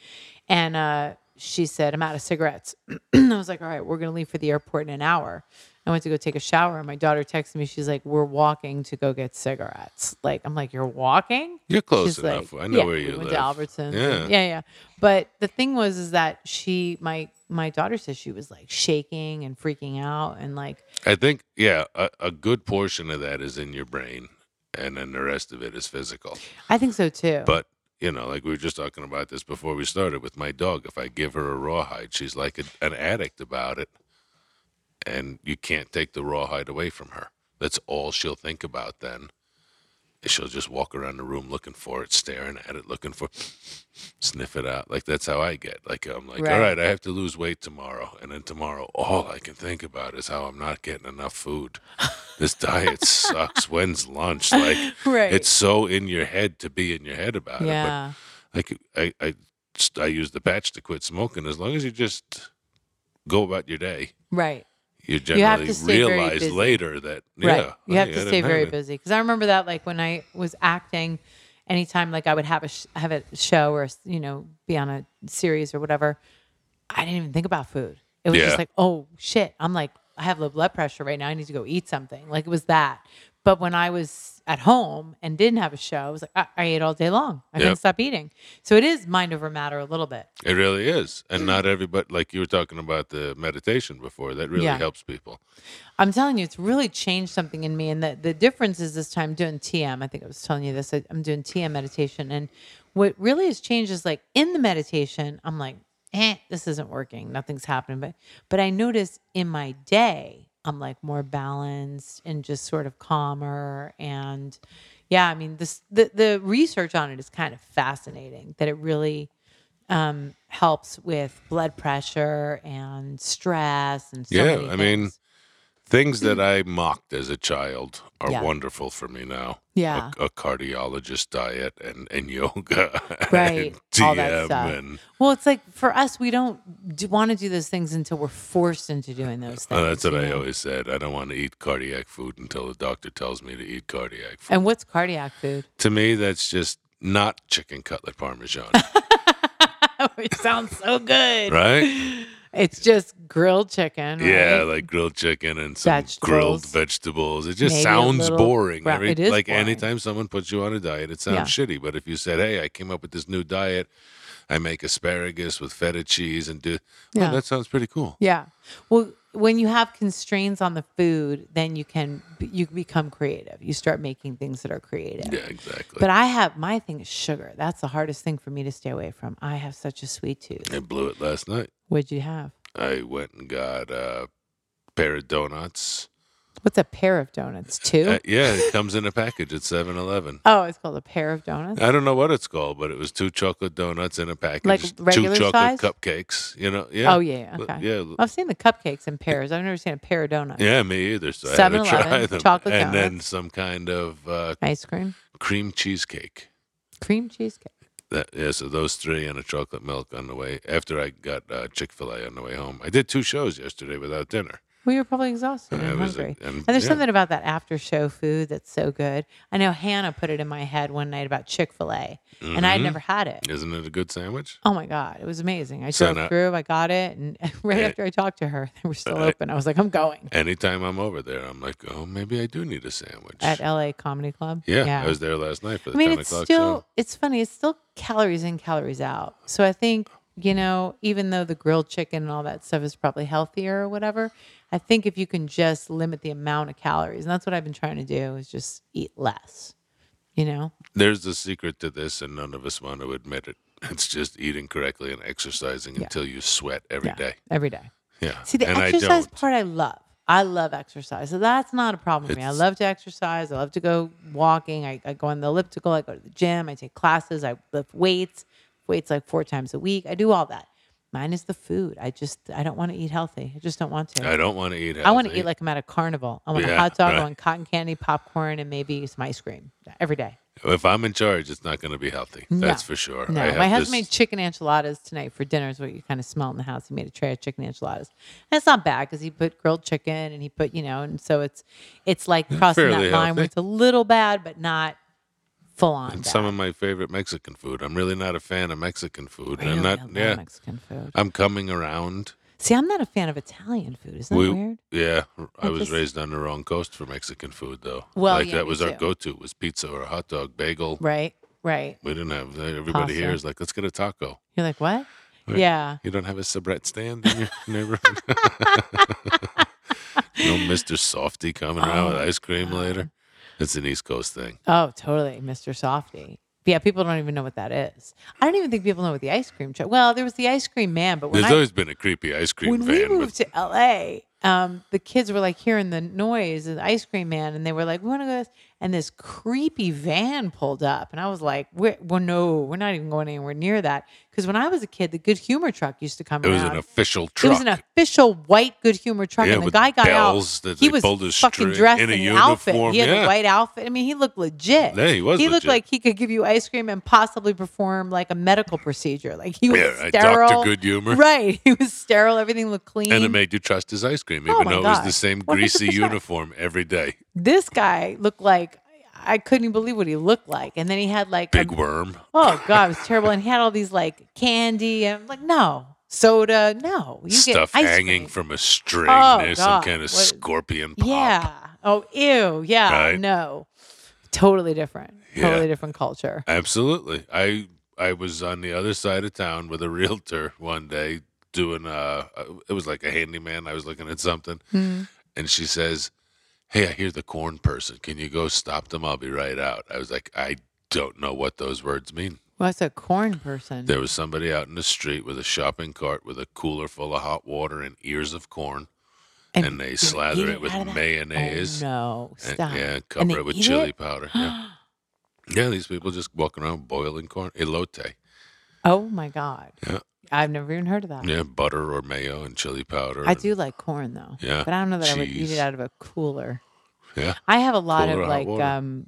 S1: and uh she said i'm out of cigarettes i was like all right we're gonna leave for the airport in an hour i went to go take a shower and my daughter texted me she's like we're walking to go get cigarettes like i'm like you're walking
S4: You're close
S1: She's
S4: enough.
S1: like,
S4: I know
S1: yeah,
S4: where
S1: we
S4: you
S1: went
S4: live.
S1: to Albertson.
S4: Yeah.
S1: Yeah. yeah, yeah. But the thing was, is that she, my my daughter says she was like shaking and freaking out, and like
S4: I think yeah, a, a good portion of that is in your brain and then the rest of it is physical.
S1: I think so too.
S4: But you know, like we were just talking about this before we started with my dog. If I give her a rawhide, she's like a, an addict about it, and you can't take the rawhide away from her. That's all she'll think about then. She'll just walk around the room looking for it, staring at it, looking for, sniff it out. Like that's how I get. Like I'm like, all
S1: Right.
S4: right, I have to lose weight tomorrow, and then tomorrow, all I can think about is how I'm not getting enough food. This diet sucks. When's lunch? Like
S1: right.
S4: it's so in your head to be in your head about it.
S1: yeah.
S4: But I, could- I, I, just- I use the patch to quit smoking. As long as you just go about your day,
S1: Right.
S4: you
S1: have
S4: generally
S1: to stay very
S4: realize
S1: busy.
S4: later that yeah,
S1: Right. You have
S4: hey, I
S1: to
S4: didn't
S1: stay very
S4: it.
S1: busy because I remember that like when I was acting, anytime like I would have a sh- have a show or you know be on a series or whatever, I didn't even think about food. It was
S4: Yeah.
S1: just like, oh shit, I'm like I have low blood pressure right now. I need to go eat something. Like it was that. But when I was at home and didn't have a show, I was like, I, I ate all day long. I couldn't
S4: Yep.
S1: stop eating. So it is mind over matter a little bit.
S4: It really is,
S1: Mm.
S4: and not everybody. Like you were talking about the meditation before, that really
S1: Yeah.
S4: helps people.
S1: I'm telling you, it's really changed something in me. And the, the difference is this time doing TM. I think I was telling you this. I, I'm doing TM meditation. And what really has changed is like in the meditation, I'm like, eh, this isn't working. Nothing's happening. But but I notice in my day, I'm like more balanced and just sort of calmer. And yeah, I mean, this the, the research on it is kind of fascinating that it really um, helps with blood pressure and stress and so
S4: Yeah,
S1: many
S4: I mean,
S1: things.
S4: Things that I mocked as a child are
S1: Mm. Yeah.
S4: wonderful for me now.
S1: yeah,
S4: A, a cardiologist diet and, and yoga.
S1: Right,
S4: And
S1: all that
S4: DM
S1: stuff.
S4: And,
S1: Well, it's like for us, we don't do, want to do those things until we're forced into doing those things.
S4: uh, that's what
S1: you
S4: I
S1: know?
S4: always said. I don't want to eat cardiac food until the doctor tells me to eat cardiac food.
S1: And what's cardiac food?
S4: to me, that's just not chicken cutlet parmesan,
S1: Oh, it sounds so good.
S4: right?
S1: It's just grilled chicken.
S4: Yeah,
S1: right?
S4: like grilled chicken and some grilled
S1: Vegetables.
S4: vegetables. It just
S1: Maybe a
S4: sounds
S1: little
S4: boring.
S1: brown-
S4: Every-
S1: it is
S4: like
S1: boring.
S4: anytime someone puts you on a diet, it sounds shitty. But if you said, "Hey, I came up with this new diet. I make asparagus with feta cheese and do,"
S1: Yeah.
S4: oh, that sounds pretty cool.
S1: Yeah. Well, when you have constraints on the food, then you can you become creative. You start making things that are creative.
S4: Yeah, exactly.
S1: But I have my thing is sugar. That's the hardest thing for me to stay away from. I have such a sweet tooth.
S4: I blew it last night.
S1: What'd you have?
S4: I went and got a pair of donuts.
S1: What's a pair of donuts? Two?
S4: Uh, yeah, it comes in a package at 7-Eleven.
S1: oh, it's called a pair of donuts.
S4: I don't know what it's called, but it was two chocolate donuts in a package.
S1: regular
S4: two
S1: size?
S4: chocolate cupcakes. You know? Yeah.
S1: Oh yeah.
S4: L-
S1: Okay. Oh.
S4: Yeah.
S1: I've seen the cupcakes in pairs. I've never seen a pair of donuts.
S4: Yeah, me either. So I had to
S1: 7-Eleven,
S4: try them.
S1: chocolate
S4: and then
S1: donuts.
S4: some kind of uh,
S1: Ice cream,
S4: cream cheesecake.
S1: cream cheesecake.
S4: That, yeah, so those three and a chocolate milk on the way. After I got uh, Chick Fil A on the way home, I did two shows yesterday without dinner.
S1: We were probably exhausted
S4: I
S1: and
S4: was, uh,
S1: hungry.
S4: and-
S1: and there's
S4: yeah.
S1: something about that after show food that's so good. I know Hannah put it in my head one night about Chick fil A, and
S4: Mm-hmm.
S1: I had never had it.
S4: Isn't it a good sandwich?
S1: Oh my God, it was amazing. I
S4: So
S1: drove
S4: now-
S1: through, I got it, and right
S4: Eh.
S1: after I talked to her, they were still
S4: Uh,
S1: open. I was like, I'm going
S4: Anytime I'm over there, I'm like, oh, maybe I do need a sandwich.
S1: at LA Comedy Club.
S4: yeah, I was there last night for the
S1: I mean,
S4: ten
S1: it's
S4: o'clock
S1: still
S4: show.
S1: it's funny. It's still calories in, calories out. So I think you know, even though the grilled chicken and all that stuff is probably healthier or whatever, I think if you can just limit the amount of calories, and that's what I've been trying to do is just eat less. You know,
S4: There's a secret to this, and none of us want to admit it. It's just eating correctly and exercising until you sweat every
S1: yeah,
S4: day.
S1: every day.
S4: Yeah.
S1: See, the
S4: and I
S1: exercise
S4: don't.
S1: part I love. I love exercise. So that's not a problem for me. I
S4: It's-
S1: love to exercise. I love to go walking. I, I go on the elliptical. I go to the gym. I take classes. I lift weights, weights like four times a week. I do all that. Mine is the food. I just, I don't want to eat healthy. I just don't want to.
S4: I don't want to eat healthy.
S1: I want to eat like I'm at a carnival. I want a
S4: Yeah,
S1: hot dog. I
S4: right.
S1: want cotton candy, popcorn, and maybe some ice cream every day.
S4: If I'm in charge, it's not going to be healthy. That's for sure.
S1: No,
S4: I have
S1: my husband
S4: this-
S1: made chicken enchiladas tonight for dinner. Is what you kind of smell in the house. He made a tray of chicken enchiladas, and it's not bad because he put grilled chicken and he put you know, and so it's it's like crossing that
S4: fairly
S1: line where
S4: healthy.
S1: it's a little bad but not full on.
S4: It's
S1: bad.
S4: some of my favorite Mexican food. I'm really not a fan of Mexican food.
S1: I
S4: I'm
S1: don't
S4: not.
S1: really love
S4: Yeah,
S1: Mexican food.
S4: I'm coming around.
S1: See, I'm not a fan of Italian food. Isn't that
S4: We-
S1: weird?
S4: Yeah, I, was
S1: just-
S4: raised on the wrong coast for Mexican food, though.
S1: Well,
S4: like
S1: yeah,
S4: that
S1: me
S4: was our
S1: too.
S4: go-to was pizza or a hot dog, bagel.
S1: Right, right.
S4: We didn't have. Everybody
S1: Pasta.
S4: here is like, let's get a taco.
S1: You're like what?
S4: Right.
S1: Yeah.
S4: You don't have a sabret stand in your neighborhood. no Mister Softy coming around with ice cream later. It's an East Coast thing.
S1: Oh, totally, Mr. Softy. Yeah, people don't even know what that is. I don't even think people know what the ice cream. Truck. well, there was the ice cream man, but when
S4: There's
S1: I,
S4: always been a creepy ice cream
S1: when
S4: van
S1: we
S4: with
S1: moved to LA, um, the kids were like hearing the noise of the ice cream man, and they were like, "We want to go." This. And this creepy van pulled up, and I was like, we're, "Well, no, we're not even going anywhere near that." Because when I was a kid, the Good Humor truck used to come
S4: It was
S1: around.
S4: an official
S1: It
S4: truck.
S1: was an official white Good Humor truck,
S4: Yeah,
S1: and the
S4: with
S1: guy got
S4: bells
S1: out.
S4: that
S1: He
S4: they
S1: was
S4: pulled his
S1: fucking
S4: string
S1: dressed
S4: in a
S1: an outfit. He had
S4: uniform,
S1: a
S4: yeah.
S1: white outfit. I mean, he looked legit.
S4: Yeah, he was
S1: He looked
S4: legit.
S1: like he could give you ice cream and possibly perform like a medical procedure. Like he was
S4: Yeah, right, Dr.
S1: sterile.
S4: Good Humor.
S1: Right. He was sterile. Everything looked clean.
S4: and it made you trust his ice cream,
S1: Oh
S4: even
S1: my
S4: though it was
S1: God.
S4: the same
S1: 100%.
S4: greasy uniform every day.
S1: this guy looked like I couldn't even believe what he looked like. And then he had like
S4: Big
S1: a-
S4: worm.
S1: oh god, it was terrible. And he had all these like candy and I'm like no soda, no you
S4: stuff
S1: get ice
S4: hanging
S1: cream.
S4: from a string.
S1: Oh,
S4: There's
S1: God.
S4: some kind of
S1: What-
S4: scorpion pop.
S1: Yeah. Oh ew. Yeah.
S4: Right.
S1: No. Totally different. Totally
S4: Yeah.
S1: different culture.
S4: Absolutely. I I was on the other side of town with a realtor one day doing uh it was like a handyman. I was looking at something and she says, "Hey, I hear the corn person. Can you go stop them? I'll be right out." I was like, "I don't know what those words mean."
S1: What's a corn person?
S4: There was somebody out in the street with a shopping cart with a cooler full of hot water and ears of corn, and, they slather it with mayonnaise.
S1: Oh, no.
S4: and-
S1: Stop.
S4: yeah,
S1: And
S4: cover
S1: they
S4: it with
S1: eat
S4: chili powder. Yeah. yeah, these people just walking around boiling corn. Elote.
S1: Oh my God.
S4: Yeah.
S1: I've never even heard of that.
S4: Yeah, butter or mayo and chili powder.
S1: I
S4: and-
S1: do like corn though.
S4: Yeah,
S1: But I don't know that I would eat
S4: cheese.
S1: it out of a cooler.
S4: Yeah.
S1: I have a lot
S4: Cooler or
S1: of
S4: hot
S1: like
S4: water.
S1: um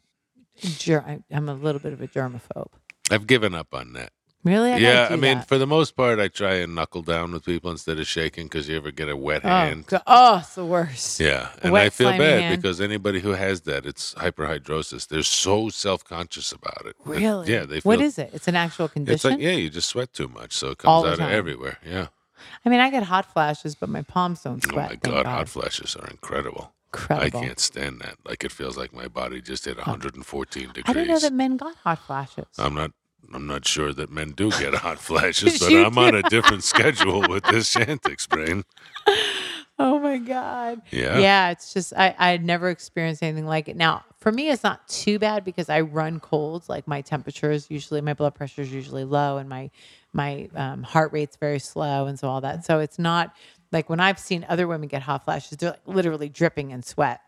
S1: ger- I- I'm a little bit of a germaphobe.
S4: I've given up on that.
S1: Really? I gotta
S4: yeah,
S1: do
S4: I mean,
S1: that.
S4: for the most part, I try and knuckle down with people instead of shaking because you ever get a wet
S1: oh,
S4: hand.
S1: go- oh, it's the worst.
S4: Yeah,
S1: A
S4: and
S1: wet,
S4: I feel
S1: slimy
S4: bad
S1: hand.
S4: because anybody who has that, it's hyperhidrosis. They're so self conscious about it. And-
S1: Really?
S4: Yeah, they feel.
S1: What is it? It's an actual condition.
S4: It's like yeah, you just sweat too much, so it comes
S1: All the
S4: out of
S1: time.
S4: everywhere. Yeah.
S1: I mean, I get hot flashes, but my palms don't
S4: Oh
S1: sweat.
S4: my
S1: thank
S4: god, hot flashes are incredible.
S1: Incredible.
S4: I can't stand that. Like it feels like my body just hit 114 degrees.
S1: I didn't know that men got hot flashes.
S4: I'm not. I'm not sure that men do get hot flashes, but
S1: You
S4: I'm on a different schedule with this Shantix brain.
S1: oh my god.
S4: Yeah.
S1: Yeah, it's just I I had never experienced anything like it. Now for me, it's not too bad because I run colds. Like my temperature is usually my blood pressure is usually low, and my my um, heart rate's very slow, and so all that. So it's not like when I've seen other women get hot flashes, they're like literally dripping in sweat.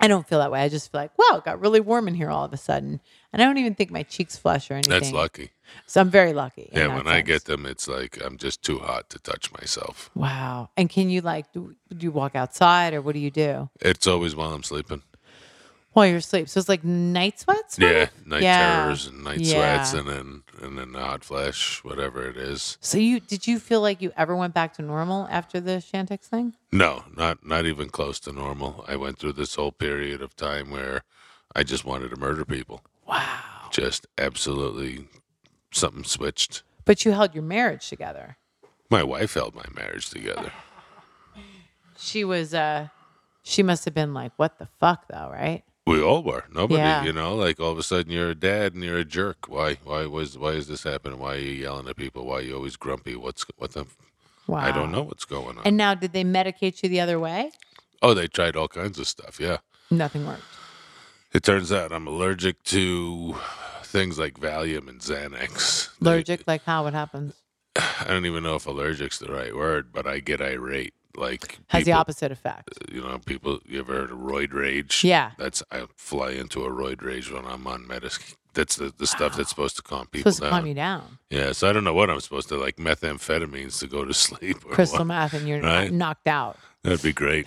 S1: I don't feel that way. I just feel like, wow, it got really warm in here all of a sudden, and I don't even think my cheeks flush or anything.
S4: That's lucky.
S1: So I'm very lucky. in
S4: Yeah,
S1: that
S4: when I
S1: sense.
S4: get them, it's like I'm just too hot to touch myself.
S1: Wow. And can you like do, do you walk outside or what do you do
S4: It's always while I'm sleeping.
S1: while you're asleep? So it's like night sweats. sort
S4: Yeah,
S1: of?
S4: night
S1: Yeah.
S4: terrors and night sweats,
S1: Yeah.
S4: and then and then the hot flash, whatever it is.
S1: So you did you feel like you ever went back to normal after the Shantix thing?
S4: No, not not even close to normal. I went through this whole period of time where I just wanted to murder people.
S1: Wow.
S4: Just absolutely something switched.
S1: But you held your marriage together.
S4: My wife held my marriage together.
S1: She was uh she must have been like, What the fuck though, right?
S4: We all were. Nobody,
S1: Yeah.
S4: you know, like all of a sudden you're a dad and you're a jerk. Why? Why was? Why is this happening? Why are you yelling at people? Why are you always grumpy? What's what the?
S1: Wow.
S4: I don't know what's going on.
S1: And now did they medicate you the other way?
S4: oh, they tried all kinds of stuff. Yeah.
S1: Nothing worked.
S4: It turns out I'm allergic to things like Valium and Xanax. They-
S1: Allergic, like how it happens.
S4: I don't even know if allergic's the right word, but I get irate. Like
S1: Has the
S4: people-
S1: opposite effect.
S4: You know, people. You ever heard of roid rage?
S1: Yeah.
S4: That's I fly into a roid rage when I'm on medicine. That's the, the stuff that's supposed to calm people
S1: Supposed to
S4: down.
S1: calm you down.
S4: Yeah, so I don't know what I'm supposed to like methamphetamines to go to sleep. Or
S1: Crystal
S4: what.
S1: meth and you're
S4: Right.
S1: knocked out.
S4: That'd be great.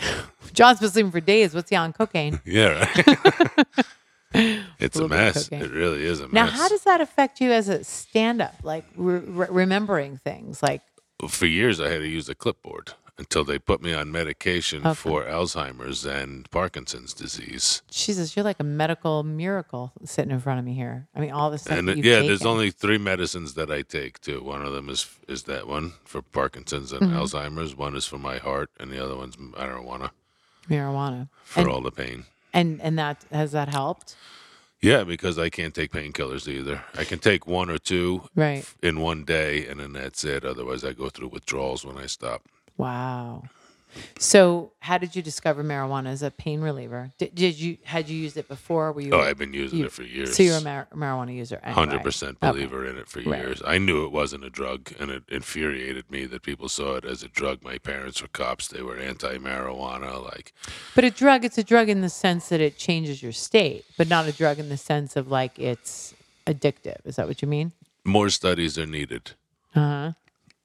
S1: John's been sleeping for days. What's he on? Cocaine.
S4: Yeah, right. it's
S1: little
S4: a,
S1: bit of
S4: mess.
S1: cocaine.
S4: It really is a mess.
S1: Now, how does that affect you as a stand up? Like re- re- remembering things? Like,
S4: for years I had to use a clipboard until they put me on medication
S1: Okay.
S4: for Alzheimer's and Parkinson's disease.
S1: Jesus, you're like a medical miracle sitting in front of me here. I mean, all this stuff.
S4: and
S1: that
S4: it-
S1: you've
S4: yeah, there's
S1: taken.
S4: only three medicines that I take too. One of them is is that one for Parkinson's
S1: Mm-hmm.
S4: and Alzheimer's. One is for my heart, and the other one's marijuana
S1: marijuana.
S4: for
S1: And,
S4: all the pain.
S1: and and that has that helped?
S4: Yeah, because I can't take painkillers either. I can take one or two
S1: Right.
S4: in one day, and then that's it. Otherwise, I go through withdrawals when I stop.
S1: Wow. So, how did you discover marijuana as a pain reliever? Did, did you had you used it before? Were you?
S4: Oh, I've been using
S1: you-
S4: it for years.
S1: So you're a mar- marijuana user. anyway.
S4: hundred percent
S1: Okay.
S4: believer in it for
S1: Right.
S4: years. I knew it wasn't a drug, and it infuriated me that people saw it as a drug. My parents were cops; they were anti-marijuana. Like,
S1: But a drug, it's a drug in the sense that it changes your state, but not a drug in the sense of like it's addictive. Is that what you mean?
S4: more studies are needed.
S1: Uh-huh.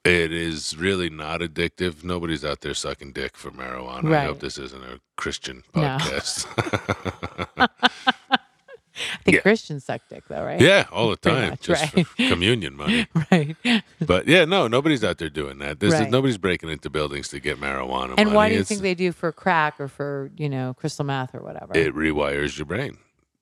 S4: It is really not addictive. Nobody's out there sucking dick for marijuana. I
S1: Right.
S4: hope this isn't a Christian
S1: No.
S4: podcast.
S1: I think
S4: Yeah.
S1: Christians suck dick though, right?
S4: yeah, all the
S1: Pretty
S4: time,
S1: much,
S4: just
S1: right.
S4: for communion money.
S1: Right.
S4: But yeah, no, nobody's out there doing that. This
S1: Right.
S4: is, nobody's breaking into buildings to get marijuana.
S1: And why
S4: money.
S1: do you
S4: It's-
S1: think they do for crack or for, you know, crystal meth or whatever?
S4: It rewires your brain.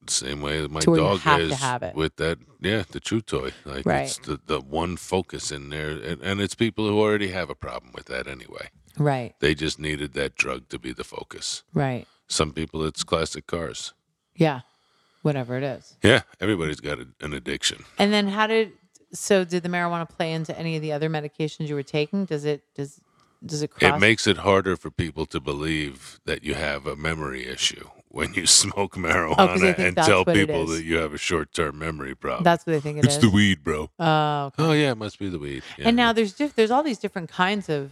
S4: Same way that my
S1: To where you
S4: dog
S1: have to
S4: is
S1: have it.
S4: with that, yeah, the chew toy. Like
S1: Right.
S4: it's the, the one focus in there, and, and it's people who already have a problem with that anyway.
S1: right.
S4: They just needed that drug to be the focus.
S1: Right.
S4: Some people, it's classic cars.
S1: Yeah. Whatever it is.
S4: Yeah, everybody's got a, an addiction.
S1: And then how did so did the marijuana play into any of the other medications you were taking? Does it does does it cross
S4: It makes it harder for people to believe that you have a memory issue when you smoke marijuana
S1: Oh, they think
S4: and
S1: that's
S4: tell
S1: what it
S4: people
S1: is.
S4: that you have a short-term memory problem.
S1: that's what they think it
S4: it's
S1: is?
S4: the weed, bro.
S1: Oh,
S4: oh yeah, it must be the weed. Yeah.
S1: And now there's diff- there's all these different kinds of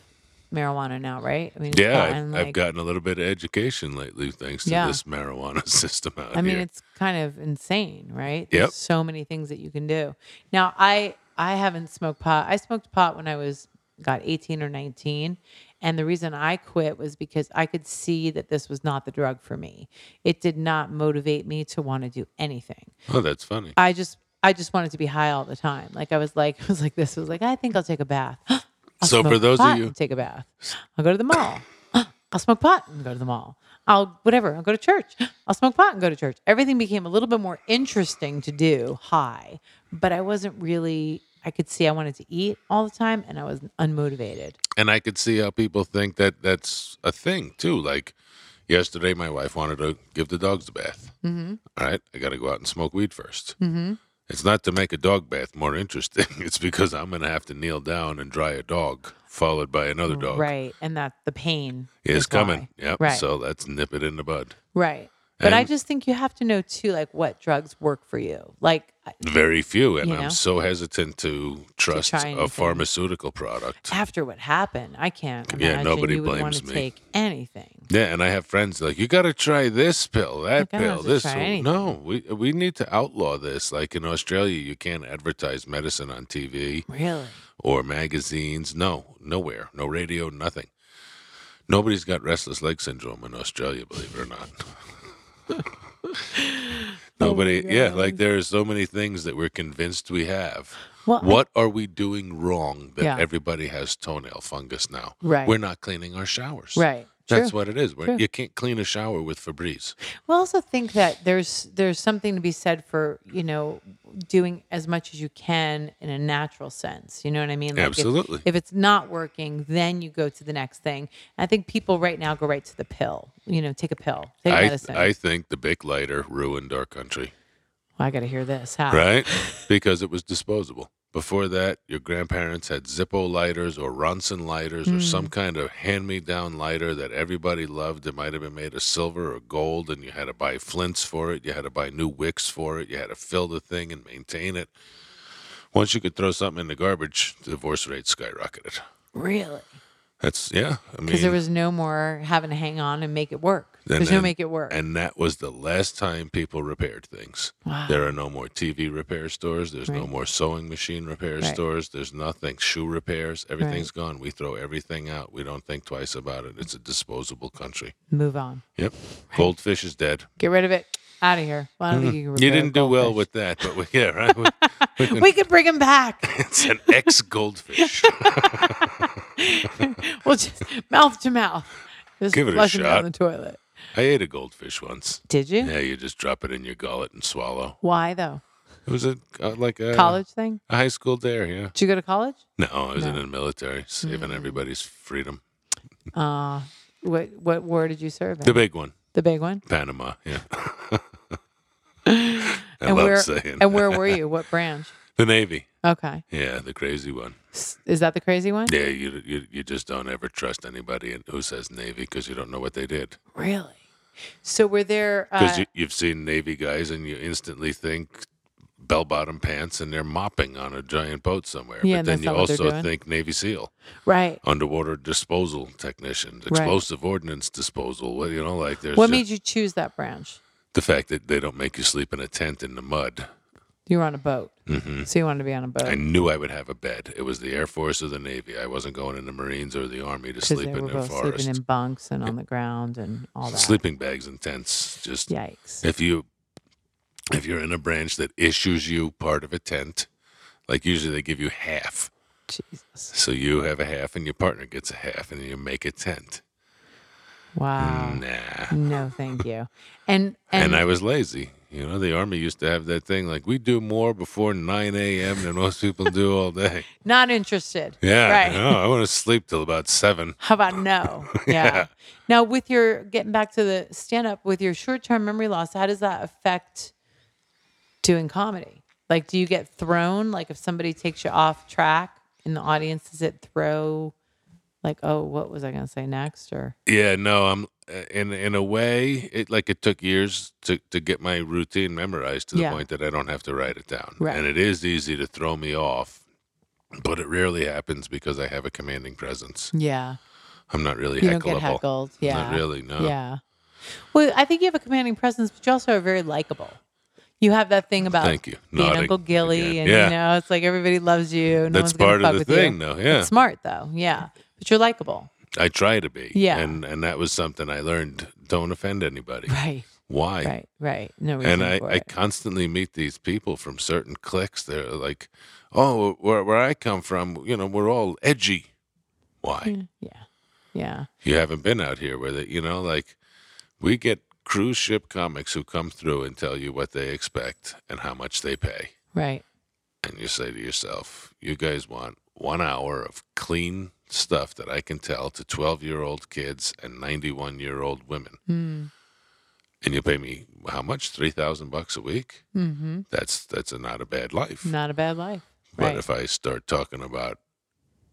S1: marijuana now, right? I mean, it's
S4: Yeah,
S1: gotten,
S4: I, I've
S1: like-
S4: gotten a little bit of education lately thanks to
S1: Yeah.
S4: this marijuana system out
S1: I mean,
S4: here.
S1: it's kind of insane, right?
S4: Yep.
S1: There's so many things that you can do. Now, I I haven't smoked pot. I smoked pot when I was got 18 or 19. And the reason I quit was because I could see that this was not the drug for me. It did not motivate me to want to do anything.
S4: Oh, that's funny.
S1: I just I just wanted to be high all the time. Like I was like I was like this I was like I think I'll take a bath. I'll
S4: So for
S1: smoke
S4: those of
S1: pot
S4: you-
S1: and take a bath. I'll go to the mall. I'll smoke pot and go to the mall. I'll whatever. I'll go to church. I'll smoke pot and go to church. Everything became a little bit more interesting to do high, but I wasn't really. I could see I wanted to eat all the time, and I was unmotivated.
S4: and I could see how people think that that's a thing too. Like yesterday, my wife wanted to give the dogs a bath. Mm-hmm. right, I got to go out and smoke weed 1st Mm-hmm. It's not to make a dog bath more interesting. It's because I'm going to have to kneel down and dry a dog, followed by another dog.
S1: Right, and that the pain
S4: Is,
S1: why.
S4: coming. Yep.
S1: Right.
S4: So let's nip it in the bud.
S1: Right. But I
S4: And-
S1: just think you have to know too, like what drugs work for you. Like
S4: Very few, and
S1: You know?
S4: I'm so hesitant to trust
S1: try
S4: a
S1: anything.
S4: pharmaceutical product.
S1: after what happened, I can't
S4: Yeah,
S1: imagine
S4: nobody
S1: you would want
S4: blames
S1: to
S4: me.
S1: take anything.
S4: Yeah, and I have friends like you got to try this pill, that
S1: Like, I don't
S4: pill,
S1: have to
S4: this.
S1: try
S4: one."
S1: anything.
S4: No, we we need to outlaw this. Like in Australia, you can't advertise medicine on TV
S1: Really?
S4: or magazines. No, nowhere, no radio, nothing. Nobody's got restless leg syndrome in Australia, believe it or not.
S1: Oh,
S4: Nobody, yeah, like there are so many things that we're convinced we have.
S1: Well, I-
S4: what are we doing wrong that
S1: Yeah.
S4: everybody has toenail fungus now?
S1: Right.
S4: We're not cleaning our showers.
S1: Right.
S4: That's
S1: True.
S4: what it is. We're- You can't clean a shower with Febreze.
S1: Well, I also think that there's there's something to be said for you know doing as much as you can in a natural sense. You know what I mean? if-
S4: Absolutely.
S1: If, it's not working, then you go to the next thing. I think people right now go right to the pill. You know, take a pill, take a
S4: I,
S1: medicine.
S4: I think the big lighter ruined our country,
S1: well, I got to hear this. How?
S4: right? because it was disposable. Before that, your grandparents had Zippo lighters or Ronson lighters or some
S1: Hmm.
S4: kind of hand me down lighter that everybody loved. It might have been made of silver or gold, and you had to buy flints for it. You had to buy new wicks for it. You had to fill the thing and maintain it. Once you could throw something in the garbage, the divorce rate skyrocketed.
S1: Really?
S4: That's, yeah. I mean,
S1: Because there was no more having to hang on and make it work.
S4: And
S1: There's no
S4: then-
S1: make it work.
S4: And that was the last time people repaired things. There are no more TV repair stores. There's no
S1: Right.
S4: more sewing machine repair
S1: Right.
S4: stores. There's nothing. Shoe repairs. Everything's gone. We throw everything out. We don't think twice about it. It's a disposable country.
S1: Move on.
S4: Yep. Goldfish is dead.
S1: Get rid of it. Out of here. Well, I don't think you can.
S4: Mm-hmm. You
S1: repair
S4: didn't do well
S1: goldfish.
S4: with that, but we, yeah, right? We-
S1: We could bring him back.
S4: it's an ex goldfish.
S1: we'll just mouth to mouth. Just
S4: Give it a
S1: flush him
S4: shot.
S1: down the toilet.
S4: I ate a goldfish once.
S1: Did you?
S4: Yeah, you just drop it in your gullet and swallow.
S1: Why though?
S4: It was a uh, like a
S1: College thing?
S4: a high school dare. Yeah.
S1: Did you go to college?
S4: No, I was in the military, saving
S1: Mm.
S4: everybody's freedom.
S1: Uh, What what war did you serve in?
S4: The big one,
S1: The big one.
S4: Panama. Yeah. I
S1: and
S4: love
S1: where
S4: saying
S1: and where were you? What branch?
S4: the Navy.
S1: Okay.
S4: Yeah, the crazy one.
S1: S- Is that the crazy one?
S4: Yeah, you you, you just don't ever trust anybody in- who says Navy because you don't know what they did.
S1: Really? So were there
S4: Because
S1: uh,
S4: you, you've seen Navy guys and you instantly think bell-bottom pants and they're mopping on a giant boat somewhere.
S1: Yeah,
S4: but
S1: and
S4: then
S1: that's
S4: you
S1: not what they're
S4: also
S1: doing.
S4: think Navy SEAL,
S1: right.
S4: underwater disposal technicians, explosive ordnance disposal. Well, you know, like there's
S1: What
S4: just
S1: made you choose that branch?
S4: the fact that they don't make you sleep in a tent in the mud.
S1: You were on a boat. So you wanted to be on a boat.
S4: Mm-hmm. I knew I would have a bed. It was the Air Force or the Navy. I wasn't going in the Marines or the Army to
S1: Because
S4: sleep
S1: they
S4: in
S1: were
S4: the
S1: both
S4: forest.
S1: sleeping in bunks and on the ground and all that.
S4: Sleeping bags and tents. Just
S1: Yikes.
S4: if you if you're in a branch that issues you part of a tent, like usually they give you half.
S1: Jesus.
S4: So you have a half and your partner gets a half and you make a tent.
S1: Wow.
S4: Nah.
S1: No, thank you. And and,
S4: Mm. And I was lazy. You know, the army used to have that thing like we do more before nine AM than most people do all day.
S1: not interested.
S4: Yeah.
S1: Right.
S4: no, I want to sleep till about seven.
S1: How about no? Yeah. Now, with your getting back to the stand up, with your short term memory loss, how does that affect doing comedy? Like, do you get thrown? Like, if somebody takes you off track in the audience, does it throw, like, oh, what was I going to say next? Or,
S4: Yeah, no, I'm uh, in in a way it like it took years to to get my routine memorized to the
S1: Yeah.
S4: point that I don't have to write it down.
S1: Right.
S4: And it is easy to throw me off, but it rarely happens because I have a commanding presence.
S1: yeah,
S4: I'm not really
S1: you
S4: heckleable.
S1: don't get heckled. Yeah.
S4: Not really, no.
S1: Yeah. Well, I think you have a commanding presence, but you also are very likable. You have that thing about
S4: Thank you.
S1: being
S4: Nodding
S1: Uncle Gilly,
S4: again.
S1: and
S4: Yeah.
S1: you know, it's like everybody loves you. No
S4: That's
S1: one's gonna
S4: part
S1: fuck
S4: of the
S1: with
S4: thing,
S1: you.
S4: though. Yeah,
S1: It's smart though, yeah. But you're likable,
S4: I try to be.
S1: Yeah.
S4: and and that was something I learned. Don't offend anybody.
S1: right?
S4: Why?
S1: Right, right. No reason
S4: and I,
S1: for
S4: I
S1: it.
S4: constantly meet these people from certain cliques. They're like, oh, where, where I come from, you know, we're all edgy. Why?
S1: yeah, yeah.
S4: You haven't been out here with it, you know, like we get cruise ship comics who come through and tell you what they expect and how much they pay.
S1: Right,
S4: And you say to yourself, you guys want one hour of clean stuff that I can tell to 12 year old kids and 91 year old women.
S1: Hmm.
S4: And you pay me how much? 3,000 bucks a week? Mm-hmm. That's, that's a, not a bad life.
S1: not a bad life.
S4: But
S1: Right,
S4: if I start talking about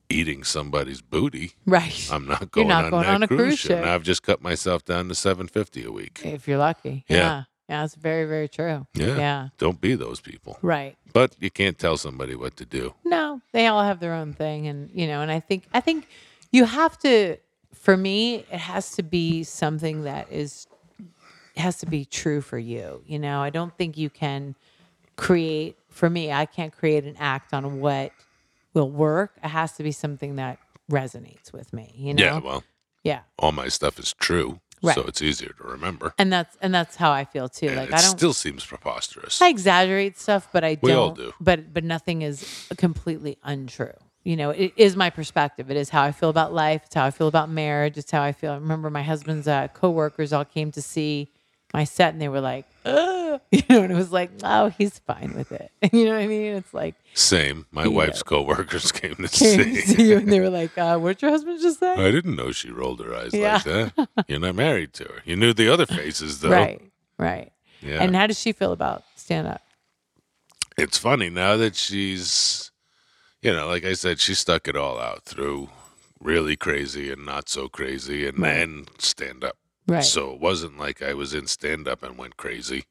S4: eating somebody's booty,
S1: right.
S4: I'm not
S1: You're
S4: going,
S1: not
S4: on,
S1: going
S4: that
S1: on a
S4: cruise,
S1: cruise
S4: ship. And
S1: ship. Eh,
S4: I've just cut myself down to 750 a week.
S1: if you're lucky,
S4: Yeah.
S1: yeah, yeah. That's very, very true.
S4: Yeah.
S1: yeah.
S4: Don't be those people.
S1: Right.
S4: But you can't tell somebody what to do.
S1: No, they all have their own thing, and you know, and I think I think you have to. For me, it has to be something that is it has to be true for you. You know, I don't think you can create. For me, I can't create an act on what will work. It has to be something that resonates with me. You know.
S4: Yeah, well,
S1: Yeah.
S4: all my stuff is true,
S1: Right.
S4: so it's easier to remember.
S1: And that's and that's how I feel too.
S4: And
S1: like
S4: it
S1: I don't.
S4: still seems preposterous.
S1: I exaggerate stuff, but I don't.
S4: We all do.
S1: But but nothing is completely untrue. You know, it is my perspective. It is how I feel about life. It's how I feel about marriage. It's how I feel. I remember my husband's uh, coworkers all came to see my set, and they were like, Ugh. you know, and it was like, oh, he's fine with it. You know what I mean? It's like
S4: Same. My
S1: Yeah.
S4: wife's coworkers came to
S1: uh, came to
S4: see.
S1: see you, and they were like, uh, what did your husband just say?
S4: I didn't know she rolled her eyes
S1: Yeah.
S4: like that. You're not married to her. You knew the other faces, though.
S1: Right, right.
S4: Yeah.
S1: And how does she feel about stand up?
S4: it's funny now that she's you know like i said she stuck it all out through really crazy and not so crazy and then stand up
S1: Right,
S4: so it wasn't like i was in stand up and went crazy